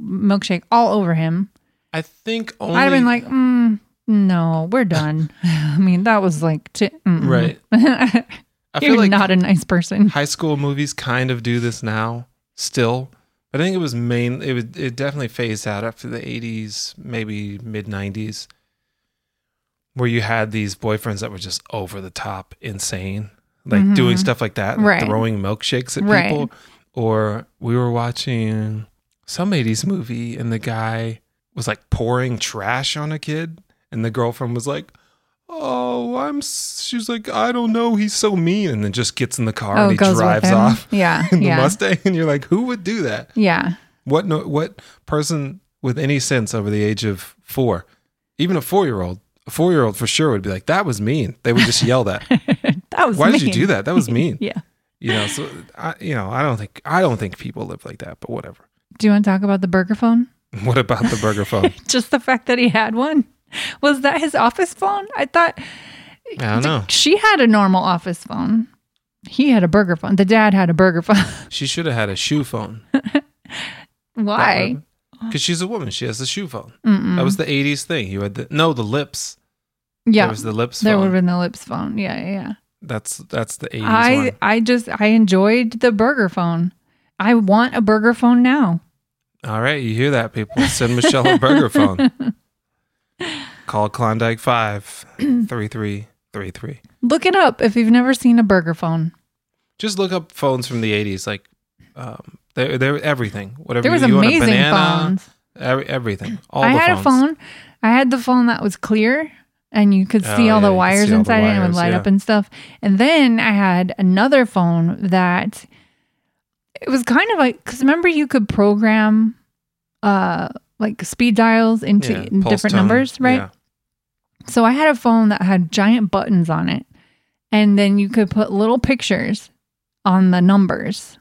A: milkshake all over him.
B: i think only
A: I'd have been like, mm, "No, we're done." I mean, that was like, t- mm-mm.
B: Right. i feel
A: You're
B: like
A: not a nice person.
B: high school movies kind of do this now still I think it was main. It was it definitely phased out after the '80s, maybe mid '90s, where you had these boyfriends that were just over the top, insane, like
A: Mhm.
B: doing stuff like that, like
A: Right.
B: throwing milkshakes at
A: Right.
B: people. Or we were watching some '80s movie, and the guy was like pouring trash on a kid, and the girlfriend was like. Oh, I'm. s- She's like, I don't know. He's so mean, and then just gets in the car
A: Oh,
B: and he drives off
A: Yeah.
B: in the
A: yeah.
B: Mustang, and you're like, who would do that?
A: yeah.
B: What no, what person with any sense over the age of four, even a four year old, a four year old for sure would be like, that was mean. They would just yell that.
A: That was
B: Why did you
A: mean.
B: do that? That was mean.
A: Yeah.
B: You know, so I, you know, I don't think I don't think people live like that. But whatever.
A: Do you want to talk about the burger phone?
B: What about the burger phone?
A: Just the fact that he had one. Was that his office phone? I thought
B: I don't know.
A: she had a normal office phone. He had a burger phone. The dad had a burger phone.
B: She should have had a shoe phone.
A: Why?
B: Because she's a woman. She has the shoe phone.
A: Mm-mm.
B: That was the '80s thing. You had the no, the lips.
A: yeah.
B: There was the lips.
A: There would
B: phone.
A: have been the lips phone. Yeah, yeah, yeah.
B: that's that's the '80s
A: I
B: one.
A: I just I enjoyed the burger phone. I want a burger phone now.
B: All right, you hear that, people. Send Michelle a burger phone. Call Klondike 5 3333.
A: Look it up if you've never seen a burger phone.
B: Just look up phones from the 80s. Like, um, they're, they're everything. Whatever
A: There was
B: you, you want a
A: amazing
B: banana,
A: phones.
B: every, everything. All
A: I
B: the
A: had
B: phones.
A: a phone. I had the phone that was clear and you could
B: Oh,
A: see all
B: yeah, you
A: the
B: could
A: wires
B: see all the
A: inside it and it would
B: wires,
A: light
B: yeah.
A: up and stuff. And then I had another phone that it was kind of like because remember you could program uh like speed dials into
B: Yeah, pulse
A: different
B: tone.
A: numbers, right?
B: Yeah.
A: So I had a phone that had giant buttons on it, and then you could put little pictures on the numbers.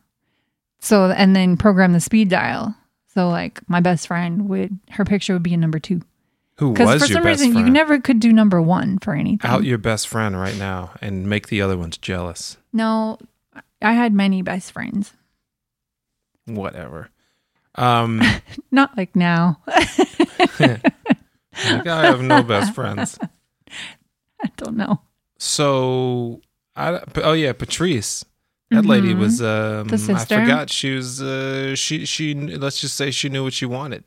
A: So and then program the speed dial. So like my best friend would her picture would be a number two
B: Who
A: because
B: was
A: for
B: your
A: some
B: best
A: reason
B: friend?
A: you never could do number one for anything.
B: Out your best friend right now and make the other ones jealous.
A: no, I had many best friends.
B: Whatever. Um,
A: Not like now.
B: like, I have no best friends.
A: I don't know.
B: So, I, oh yeah, Patrice. That lady
A: Mhm.
B: was um,
A: The sister?
B: I forgot she was uh, she she let's just say she knew what she wanted.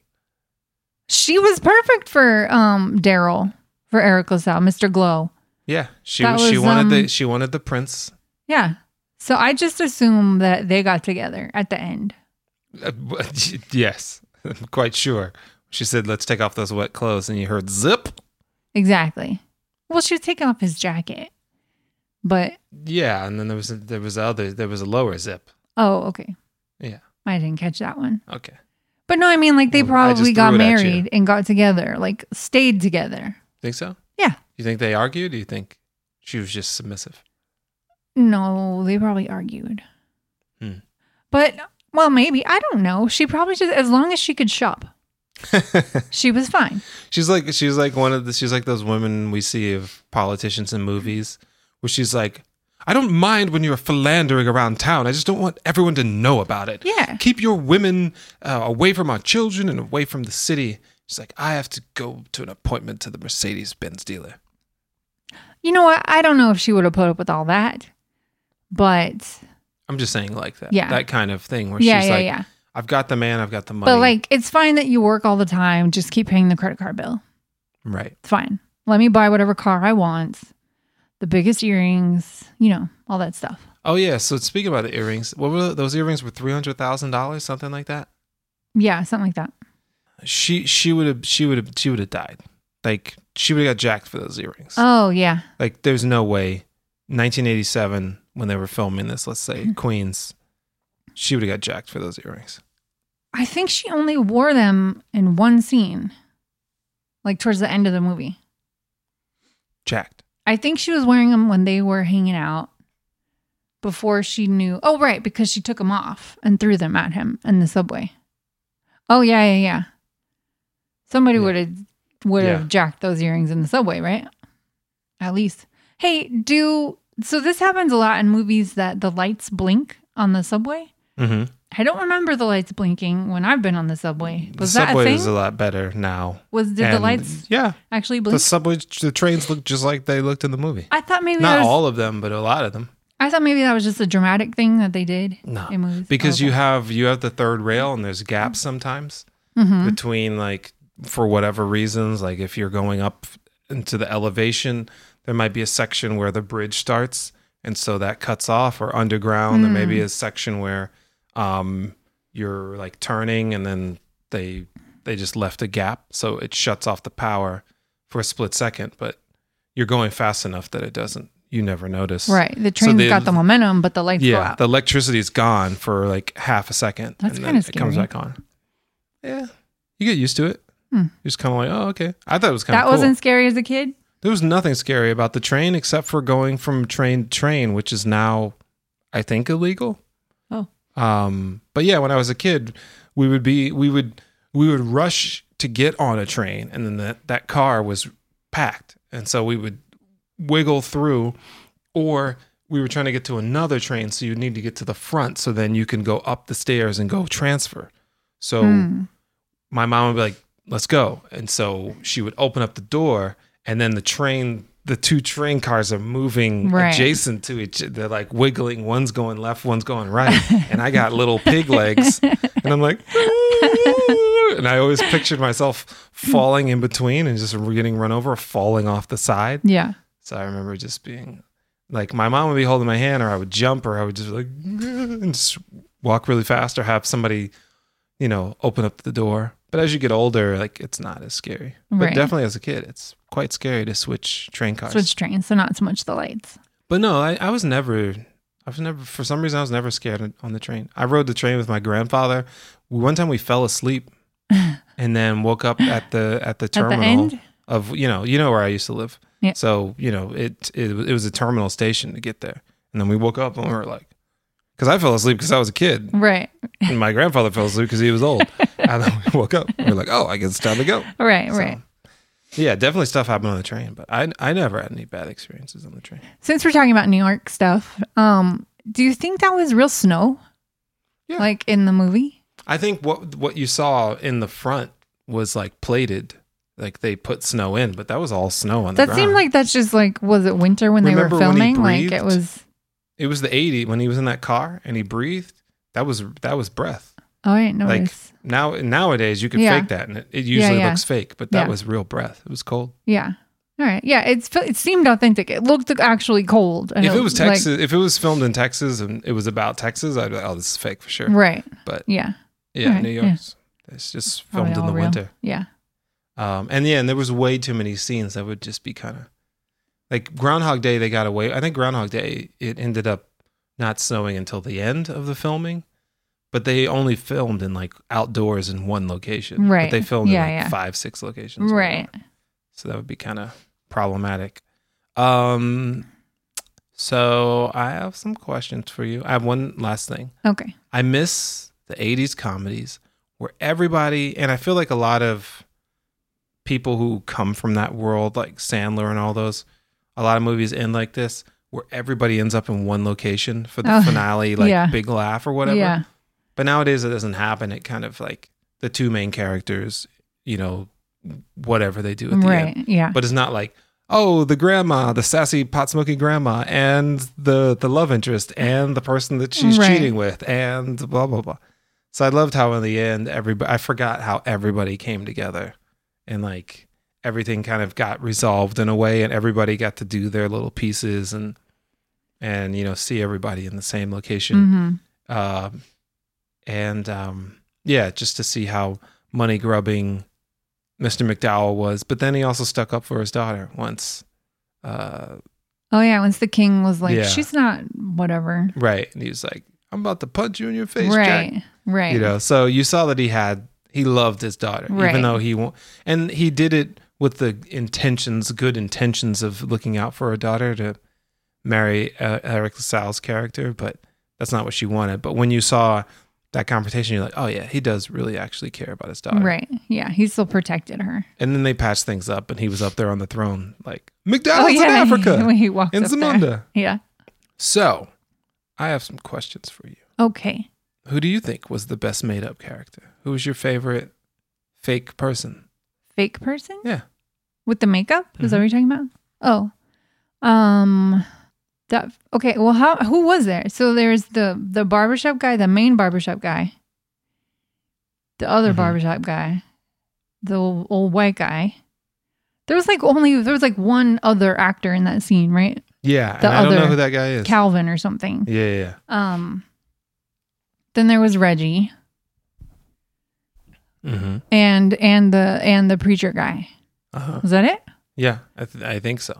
A: She was perfect for um Daryl for Eric LaSalle, Mr. Glow.
B: Yeah, she
A: That
B: she
A: was,
B: wanted the
A: um,
B: she wanted the prince.
A: Yeah. So I just assume that they got together at the end.
B: Uh, yes, I'm quite sure. She said, "Let's take off those wet clothes," and you heard zip.
A: Exactly. Well, she was taking off his jacket. But
B: Yeah, and then there was a, there was other there was a lower zip.
A: oh, okay.
B: Yeah.
A: I didn't catch that one.
B: Okay,
A: But no, I mean like they
B: Well, I just
A: probably got
B: threw it at you.
A: married and got together, like stayed together.
B: think so.
A: Yeah.
B: you think they argued? Do you think she was just submissive?
A: No, they probably argued.
B: Hmm.
A: But well, maybe I don't know. She probably just as long as she could shop, she was fine.
B: She's like she's like one of the she's like those women we see of politicians in movies where she's like, I don't mind when you're philandering around town. I just don't want everyone to know about it.
A: Yeah.
B: Keep your women uh, away from our children and away from the city. She's like, I have to go to an appointment to the Mercedes Benz dealer.
A: You know what? I don't know if she would have put up with all that. But
B: I'm just saying like that.
A: Yeah.
B: That kind of thing where
A: yeah,
B: she's
A: yeah,
B: like,
A: yeah.
B: I've got the man, I've got the money.
A: But like it's fine that you work all the time, just keep paying the credit card bill.
B: right.
A: It's fine. Let me buy whatever car I want, the biggest earrings, you know, all that stuff.
B: Oh yeah. So speaking about the earrings, what were those earrings were three hundred thousand dollars, something like that?
A: Yeah, something like that.
B: she she would have she would have she would have died. Like she would have got jacked for those earrings.
A: Oh yeah,
B: Like there's no way. 1987 when they were filming this, let's say Queens, she would have got jacked for those earrings.
A: I think she only wore them in one scene, like towards the end of the movie.
B: Jacked.
A: I think she was wearing them when they were hanging out before she knew. Oh right, because she took them off and threw them at him in the subway. Oh yeah, yeah, yeah. Somebody
B: Yeah.
A: would have would have
B: Yeah.
A: jacked those earrings in the subway, right? At least. Hey, do so this happens a lot in movies that the lights blink on the subway.
B: Mm-hmm.
A: I don't remember the lights blinking when I've been on the subway.
B: The
A: Was that
B: subway
A: a
B: is
A: thing?
B: a lot better now.
A: was did the
B: And-
A: lights
B: Yeah,
A: actually
B: the
A: blink?
B: subway, the trains look just like they looked in the movie.
A: I thought maybe
B: Not
A: there's
B: all of them, but a lot of them.
A: I thought maybe that was just a dramatic thing that they did
B: No.
A: in movies.
B: because
A: Oh,
B: you have you have the third rail and there's gaps sometimes
A: Mhm.
B: between like for whatever reasons like if you're going up into the elevation there might be a section where the bridge starts and so that cuts off or underground there may
A: Hmm.
B: be a section where um you're like turning and then they they just left a gap so it shuts off the power for a split second but you're going fast enough that it doesn't you never notice
A: right. The train's
B: they-
A: got the momentum, but the lights go
B: yeah,
A: out.
B: the electricity's gone for like half a second.
A: That's
B: and
A: kinda
B: then It comes
A: scary.
B: back on. Yeah, you get used to it.
A: Hmm.
B: You're just kind of like, oh, okay. I thought it was kind
A: that
B: of cool.
A: wasn't scary as a kid.
B: There was nothing scary about the train except for going from train to train, which is now, I think, illegal.
A: Oh.
B: Um, but yeah, when I was a kid, we would be we would we would rush to get on a train, and then that that car was packed, and so we would wiggle through, or we were trying to get to another train, so you need to get to the front, so then you can go up the stairs and go transfer. So
A: Hmm.
B: my mom would be like, "Let's go," and so she would open up the door, and then the train, the two train cars are moving
A: Right.
B: adjacent to each. They're like wiggling. One's going left, one's going right, and I got little pig legs, and I'm like, and I always pictured myself falling in between and just getting run over, falling off the side.
A: Yeah.
B: So I remember just being like, my mom would be holding my hand, or I would jump, or I would just like, and just walk really fast, or have somebody, you know, open up the door. But as you get older, like it's not as scary.
A: Right.
B: But definitely as a kid, it's quite scary to switch train cars.
A: Switch trains, so not so much the lights.
B: But no, I, I was never, I was never, for some reason, I was never scared on the train. I rode the train with my grandfather. One time we fell asleep and then woke up at the, at the
A: At
B: terminal
A: the end,
B: of you know you know where I used to live.
A: Yeah.
B: So you know it, it it was a terminal station to get there, and then we woke up and we were like, because I fell asleep because I was a kid,
A: right,
B: and my grandfather fell asleep because he was old, and then we woke up. And we are like, oh, I guess it's time to go.
A: right,
B: So,
A: right.
B: Yeah, definitely stuff happened on the train, but I I never had any bad experiences on the train.
A: Since we're talking about New York stuff, um, do you think that was real snow?
B: Yeah.
A: Like in the movie?
B: I think what what you saw in the front was like plated, like they put snow in, but that was all snow on the
A: That
B: ground.
A: seemed like that's just like was it winter when they
B: Remember
A: were
B: when he
A: filming? like it
B: breathed?
A: was
B: it was the eighty when he was in that car and he breathed. That was that was breath.
A: oh I didn't
B: Like,
A: notice.
B: Now nowadays you can
A: Yeah.
B: fake that, and it, it usually
A: yeah.
B: looks fake, but that
A: Yeah.
B: was real breath. It was cold.
A: yeah. All right. Yeah, it's it seemed authentic. It looked actually cold. and
B: if it was
A: like-
B: Texas, if it was filmed in Texas and it was about Texas, I'd be like, oh, this is fake for sure.
A: right.
B: But
A: Yeah.
B: yeah,
A: Right,
B: New
A: yeah.
B: York's it's just
A: Probably
B: filmed in
A: all
B: the
A: real.
B: winter.
A: Yeah.
B: Um, and yeah, and there was way too many scenes that would just be kind of like Groundhog Day. They got away. I think Groundhog Day it ended up not snowing until the end of the filming, but they only filmed in like outdoors in one location.
A: Right.
B: But they filmed
A: Yeah,
B: in like
A: yeah.
B: five, six locations.
A: Right.
B: So that would be kind of problematic. Um, so I have some questions for you. I have one last thing.
A: Okay.
B: I miss the 80s comedies where everybody, and I feel like a lot of people who come from that world, like Sandler and all those, a lot of movies end like this where everybody ends up in one location for the
A: Oh,
B: finale, like
A: yeah.
B: big laugh or whatever.
A: Yeah.
B: But nowadays it doesn't happen. It kind of like the two main characters, you know, whatever they do at the end
A: Right. Yeah.
B: but it's not like oh the grandma the sassy pot smoking grandma and the the love interest and the person that she's
A: Right.
B: cheating with and blah blah blah so i loved how in the end everybody i forgot how everybody came together and like everything kind of got resolved in a way and everybody got to do their little pieces and and you know see everybody in the same location
A: hmm
B: um, and um, yeah, just to see how money grubbing Mr. McDowell was. But then he also stuck up for his daughter once. Uh,
A: Oh yeah, once the king was like,
B: Yeah.
A: She's not whatever.
B: right. And he was like, I'm about to punch you in your face,
A: Right.
B: Jack.
A: Right.
B: You know, so you saw that he had, he loved his daughter,
A: Right.
B: even though he, wa- and he did it with the intentions, good intentions of looking out for her daughter to marry uh, Eric LaSalle's character, but that's not what she wanted. But when you saw that confrontation, you're like, oh yeah, he does really actually care about his daughter.
A: Right. Yeah. He still protected her.
B: And then they patched things up, and he was up there on the throne, like McDonald's
A: Oh yeah.
B: in Africa
A: When he walked
B: in
A: up there.
B: Zamunda.
A: Yeah.
B: So, I have some questions for you.
A: Okay.
B: Who do you think was the best made-up character? Who was your favorite fake person?
A: Fake person
B: Yeah, Mm-hmm.
A: with the makeup? Is that what you're talking about? Oh. Um That okay. Well, how who was there? So there's the the barbershop guy, the main barbershop guy, the other
B: Mhm.
A: barbershop guy, the old, old white guy. There was like only there was like one other actor in that scene, right?
B: Yeah,
A: The
B: and I don't know
A: other
B: who that guy is.
A: Calvin or something.
B: yeah, yeah, yeah.
A: Um. Then there was Reggie
B: Mm-hmm.
A: and and the and the preacher guy.
B: Uh-huh.
A: Was that it?
B: Yeah, I, th- I think so.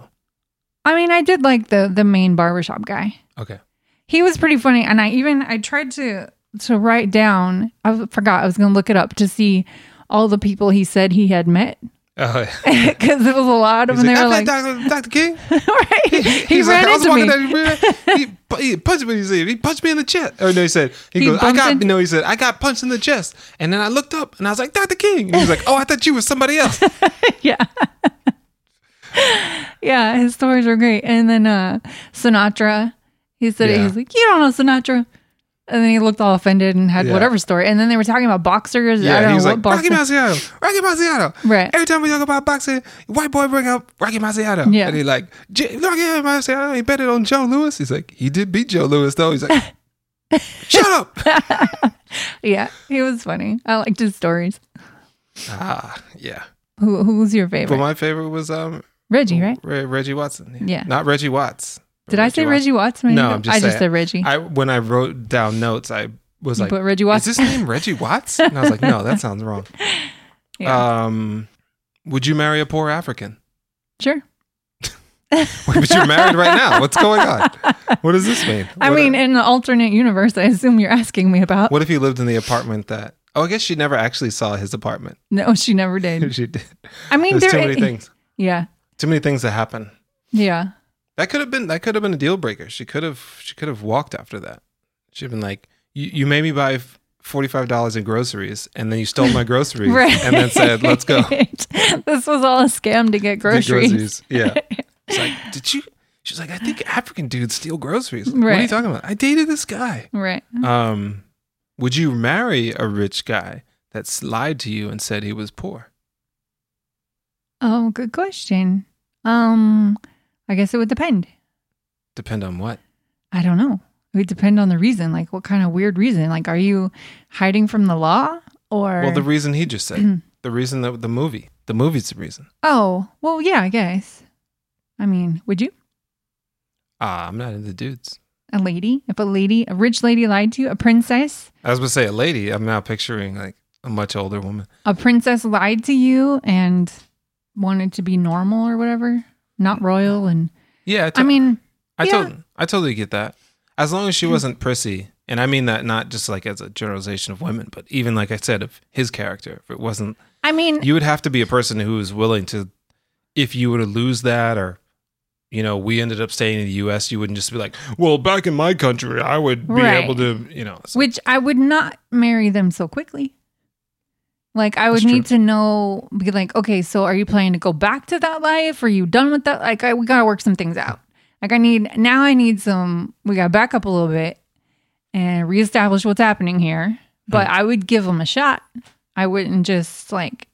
A: I mean, I did like the the main barbershop guy.
B: Okay.
A: he was pretty funny and i even i tried to to write down i forgot i was gonna look it up to see all the people he said he had met
B: Oh, yeah.
A: because it was a lot of
B: He's
A: them
B: like,
A: they
B: I
A: were
B: met
A: like
B: Dr. Dr. King.
A: right he,
B: He's
A: ran
B: like, I was
A: into me
B: walking down the river. He, pu- he punched me. He said, he punched me in the chest. Oh no, he said he,
A: He
B: goes. I
A: bumped
B: got
A: into-
B: no. He said I got punched in the chest, and then I looked up and I was like, Dr. King. And he was like, Oh, I thought you were somebody else.
A: yeah yeah his stories were great and then uh sinatra he said it
B: Yeah.
A: he's like you don't know sinatra and then he looked all offended and had
B: Yeah.
A: whatever story and then they were talking about boxers i
B: Yeah,
A: don't
B: he was
A: know
B: like
A: what boxers
B: Rocky Marciano, Rocky Marciano.
A: Right.
B: Every time we talk about boxing, white boy bring up Rocky Marciano.
A: Yeah.
B: And he like J- Rocky Marciano. He betted on Joe Lewis. He's like, he did beat Joe Lewis though. He's like, shut up.
A: yeah he was funny i liked his stories
B: ah, yeah.
A: who who's your favorite
B: But my favorite was um
A: reggie right
B: Re- Reggie Watson.
A: Yeah.
B: Not Reggie Watts.
A: Did I say
B: Watts.
A: Reggie Watts? Maybe
B: No,
A: not.
B: I'm just
A: I just
B: saying-
A: said Reggie.
B: I when I wrote down notes, I was
A: You
B: like,
A: put Reggie
B: "Is
A: Watts.
B: this name Reggie Watts?" And I was like, "No, that sounds wrong."
A: Yeah.
B: Um, would you marry a poor African?
A: sure.
B: but you're married right now. What's going on? What does this mean?
A: I
B: What-
A: mean, in the alternate universe, I assume you're asking me about.
B: what if he lived in the apartment that? Oh, I guess she never actually saw his apartment.
A: No, she never did.
B: she did.
A: I mean,
B: There's
A: there.
B: too many things.
A: Yeah.
B: Too many things that happen.
A: Yeah.
B: That could have been. That could have been a deal breaker. She could have. She could have walked after that. She'd been like, "You, you made me buy." Forty-five dollars in groceries, and then you stole my groceries,
A: Right.
B: and then said, "Let's go."
A: this was all a scam to get
B: Get
A: groceries.
B: Yeah. It's like, did you? She's like, I think African dudes steal groceries. What are you
A: Right. Mm-hmm.
B: talking about? I dated this guy.
A: Right.
B: Um, would you marry a rich guy that's lied to you and said he was poor?
A: Oh, good question. Um, I guess it would depend.
B: Depend on what.
A: I don't know. It would depend on the reason. Like, what kind of weird reason? Like, are you hiding from the law or?
B: Well, the reason he just said. the reason that the movie. The movie's the reason.
A: oh, well, yeah, I guess. I mean, would you?
B: Ah, I'm not into dudes.
A: a lady, if a lady, a rich lady lied to you, a princess,
B: I was gonna say a lady. I'm now picturing like a much older woman.
A: a princess lied to you and wanted to be normal or whatever, not royal. And
B: Yeah, I
A: I mean,
B: I
A: Yeah.
B: tot- I totally get that. As long as she wasn't prissy, and I mean that not just like as a generalization of women, but even like I said of his character, if it wasn't,
A: I mean,
B: you would have to be a person who is willing to, if you were to lose that, or you know, we ended up staying in the U.S., you wouldn't just be like, well, back in my country, I would be
A: Right.
B: able to, you know, so-
A: which I would not marry them so quickly. Like I would
B: That's true.
A: need to know, be like, okay, so are you planning to go back to that life? Are you done with that? Like I, we gotta work some things out. Like I need now, I need some. We gotta back up a little bit and reestablish what's happening here. But I would give them a shot. I wouldn't just like,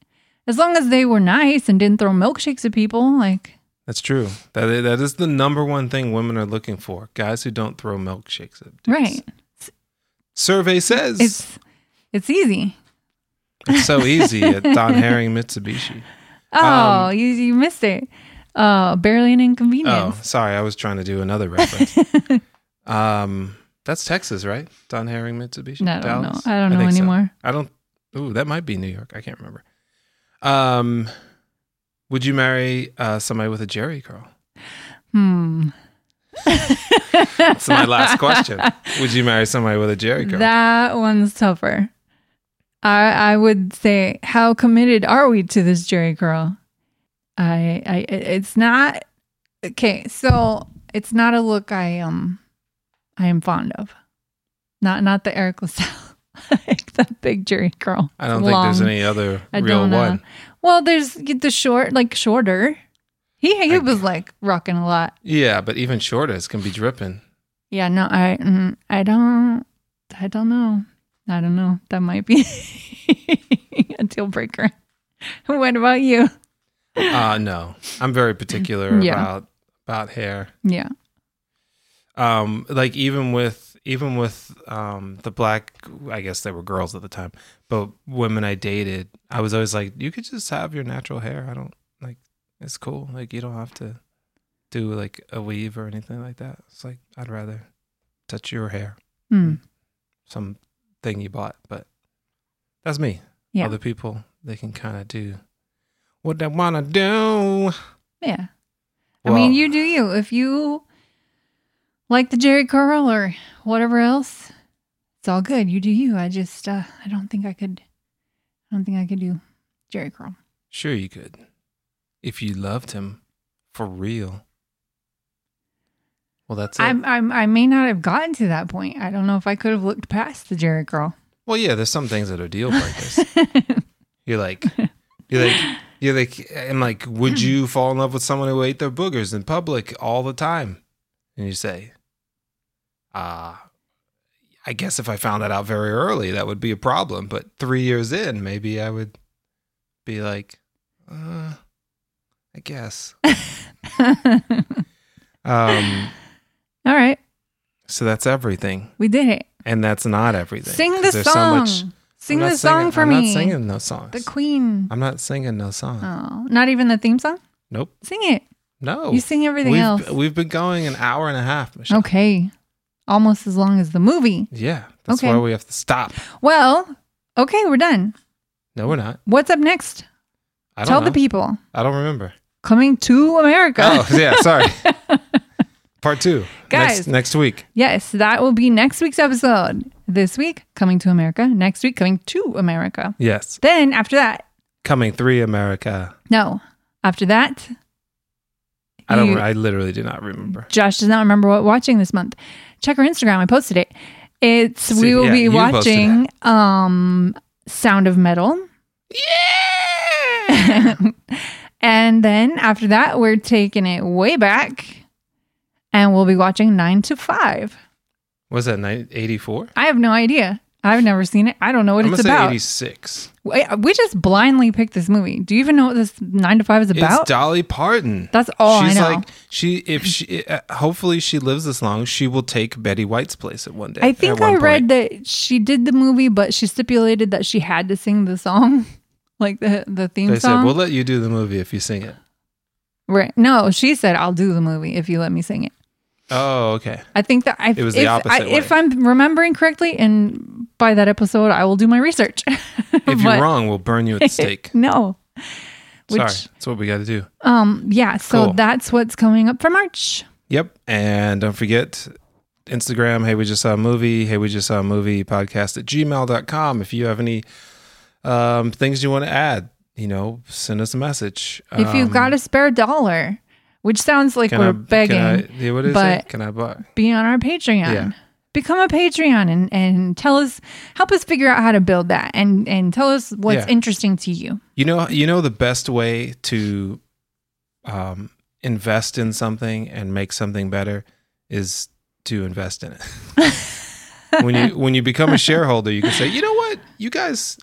A: as long as they were nice and didn't throw milkshakes at people. Like
B: that's true. That i- that is the number one thing women are looking for: guys who don't throw milkshakes at dudes.
A: right,
B: Survey says it's,
A: it's it's easy.
B: so easy at Don Herring Mitsubishi. Um,
A: Oh, you you missed it. Uh, barely an
B: Oh,
A: inconvenience.
B: sorry. I was trying to do another reference. um, that's Texas, right? Don Herring Mitsubishi.
A: No, I don't know.
B: Dallas?
A: I don't know
B: think so.
A: anymore.
B: I don't. Ooh, that might be New York. I can't remember. Um, would you marry uh, somebody with a jerry curl?
A: Hmm.
B: That's my last question. Would you marry somebody with a jerry curl?
A: That one's tougher. I I would say, how committed are we to this Jerry girl? I I it- it's not okay. So it's not a look I um I am fond of. Not not the Eric LaSalle, like that big Jerry girl.
B: I don't think there's any other real one.
A: Well, there's the short, like shorter. He he
B: I-
A: was like rocking a lot.
B: Yeah, but even shortest can be dripping.
A: Yeah, no, I mm, I don't I don't know. I don't know. That might be a deal breaker. What about you?
B: Uh, no, I'm very particular
A: Yeah.
B: about about hair.
A: Yeah.
B: um like even with even with um the black i guess they were girls at the time but women i dated i was always like you could just have your natural hair i don't like it's cool like you don't have to do like a weave or anything like that it's like i'd rather touch your hair
A: Hmm.
B: some thing you bought but that's me
A: Yeah.
B: other people they can kind of do what they want to do
A: Yeah. I mean, you do you. If you like the Jerry curl or whatever else, it's all good. You do you. I just, uh, I don't think I could, I don't think I could do Jerry curl.
B: Sure, you could. If you loved him for real. Well, that's it.
A: I'm, I'm, I may not have gotten to that point. I don't know if I could have looked past the Jerry curl.
B: well, yeah, there's some things that are deal breakers. you're like, you're like, you're like, I'm like, would you fall in love with someone who ate their boogers in public all the time? And you say, ah, I guess if I found that out very early, that would be a problem. But three years in, maybe I would be like, uh, I guess. Um,
A: all right,
B: so that's everything.
A: we did it.
B: and that's not everything.
A: Sing
B: 'cause
A: the
B: there's
A: song. Sing
B: I'm not
A: the song
B: singing-
A: for
B: I'm
A: me.
B: not singing Uh-huh. no songs.
A: The Queen.
B: I'm not singing no song.
A: Oh, not even the theme song.
B: Nope.
A: Sing it.
B: No.
A: You sing everything
B: Oh, we've,
A: else.
B: We've been going an hour and a half, Michelle.
A: Okay, almost as long as the movie.
B: Yeah. That's
A: Okay.
B: why we have to stop.
A: Well, okay, we're done.
B: No, we're not.
A: What's up next?
B: I don't
A: Tell
B: know.
A: the people
B: I don't remember.
A: coming to America.
B: Oh, yeah. Sorry. Part two.
A: Guys.
B: Next, next week.
A: Yes, that will be next week's episode. This week, coming to America. Next week, coming to America.
B: Yes.
A: Then after that,
B: Coming three, America.
A: no, after that,
B: I don't.
A: You-
B: I literally do not remember.
A: Josh does not remember what watching this month. Check our Instagram. I posted it. It's we
B: See,
A: will
B: yeah,
A: be
B: you posted
A: watching um Sound of Metal.
B: Yeah.
A: and then after that, we're taking it way back and we'll be watching 9 to 5.
B: Was that nine- 84?
A: I have no idea. I've never seen it. I don't know what
B: I'm gonna
A: it's
B: say
A: about.
B: 86.
A: We we just blindly picked this movie. Do you even know what this 9 to 5 is
B: It's
A: about?
B: Dolly Parton.
A: That's all
B: She's
A: I know.
B: like she if she uh, hopefully she lives this long, she will take Betty White's place at one day.
A: I
B: at
A: think
B: one
A: I
B: point.
A: read that she did the movie, but she stipulated that she had to sing the song, like the the theme
B: they
A: song.
B: said we'll let you do the movie if you sing it.
A: right? No, she said, "I'll do the movie if you let me sing it."
B: Oh, okay.
A: I think that I,
B: It was the
A: if,
B: opposite
A: I,
B: way.
A: if I'm remembering correctly, and by that episode, I will do my research. But-
B: If you're wrong, we'll burn you at the stake.
A: no, which
B: Sorry, that's what we got to do.
A: um yeah, so
B: Cool.
A: that's what's coming up for March.
B: Yep, and don't forget Instagram. Hey, we just saw a movie. Hey, we just saw a movie podcast at gmail.com. If you have any um, things you want to add, you know, send us a message.
A: if you've
B: Um,
A: got a spare dollar, which sounds like
B: can
A: we're
B: I-
A: begging.
B: Can I, yeah, what is
A: but-
B: it? Can I buy?
A: be on our Patreon.
B: Yeah.
A: Become a Patreon and, and tell us help us figure out how to build that and, and tell us what's
B: Yeah.
A: interesting to you.
B: You know, you know the best way to um, invest in something and make something better is to invest in it. when you when you become a shareholder, you can say, you know what, you guys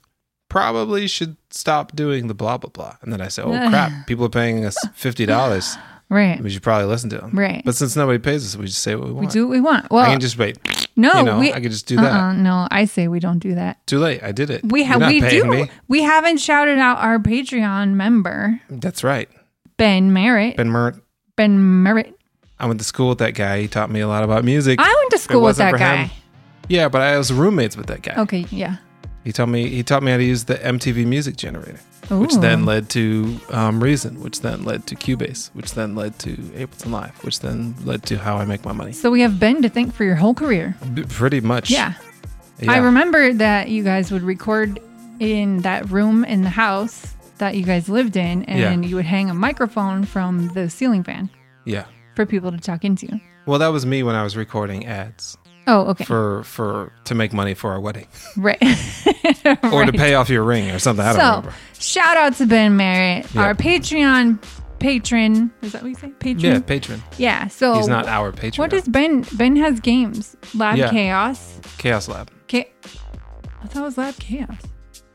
B: probably should stop doing the blah blah blah. And then I say, oh crap, people are paying us fifty dollars.
A: Right.
B: We should probably listen to them.
A: Right.
B: But since nobody pays us, we just say what we want.
A: we do what we want.
B: I
A: Well,
B: can just wait.
A: no,
B: you know,
A: we
B: I can just do that.
A: Uh-uh, no, I say we don't do that.
B: Too late. I did it.
A: We
B: You're
A: have
B: not
A: we do.
B: paying me.
A: We haven't shouted out our Patreon member,
B: That's right.
A: Ben Merritt. Ben,
B: Ben Mert.
A: Merritt.
B: I went to school with that guy. He taught me a lot about music.
A: I went to
B: If it
A: school with
B: wasn't
A: that
B: for
A: guy.
B: him- Yeah, but I was roommates with that guy.
A: Okay, yeah.
B: He taught me he taught me how to use the MTV music generator, which
A: Ooh.
B: then led to um, Reason, which then led to Cubase, which then led to Ableton Live, which then led to how I make my money.
A: So we have Ben to thank for your whole career.
B: B- pretty much.
A: Yeah.
B: Yeah.
A: I remember that you guys would record in that room in the house that you guys lived in, and
B: Yeah.
A: you would hang a microphone from the ceiling fan
B: Yeah.
A: for people to talk into.
B: Well, that was me when I was recording ads
A: Oh, okay.
B: for for to make money for our wedding
A: right.
B: or to
A: Right.
B: pay off your ring or something. I don't
A: So,
B: remember.
A: shout out to Ben Merritt,
B: Yeah.
A: our Patreon patron. Is that what you say?
B: Yeah,
A: Patron?
B: patron.
A: Yeah. So,
B: He's not our patron.
A: what does Ben? Ben has games. Lab
B: Yeah.
A: Chaos.
B: Chaos Lab?
A: Ca- I thought it was Lab Chaos.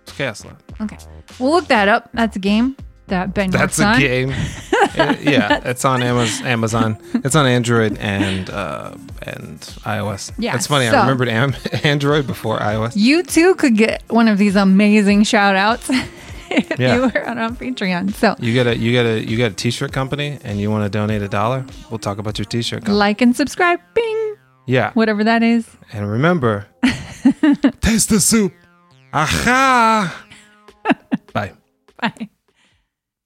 B: It's Chaos Lab.
A: Okay. We'll look that up. That's a game that Ben works
B: That's
A: on.
B: a game. It- yeah, it's on Amaz- Amazon. It's on Android and uh, and iOS.
A: Yeah,
B: it's funny.
A: so-
B: I remembered am- Android before iOS.
A: You too could get one of these amazing shout outs if
B: Yeah.
A: you were on, on Patreon. So
B: You got a you got a you got a t-shirt company and you want to donate a dollar? We'll talk about your t-shirt company.
A: like and subscribe, bing,
B: Yeah,
A: whatever that is.
B: and remember, taste the soup. Aha! Bye.
A: Bye.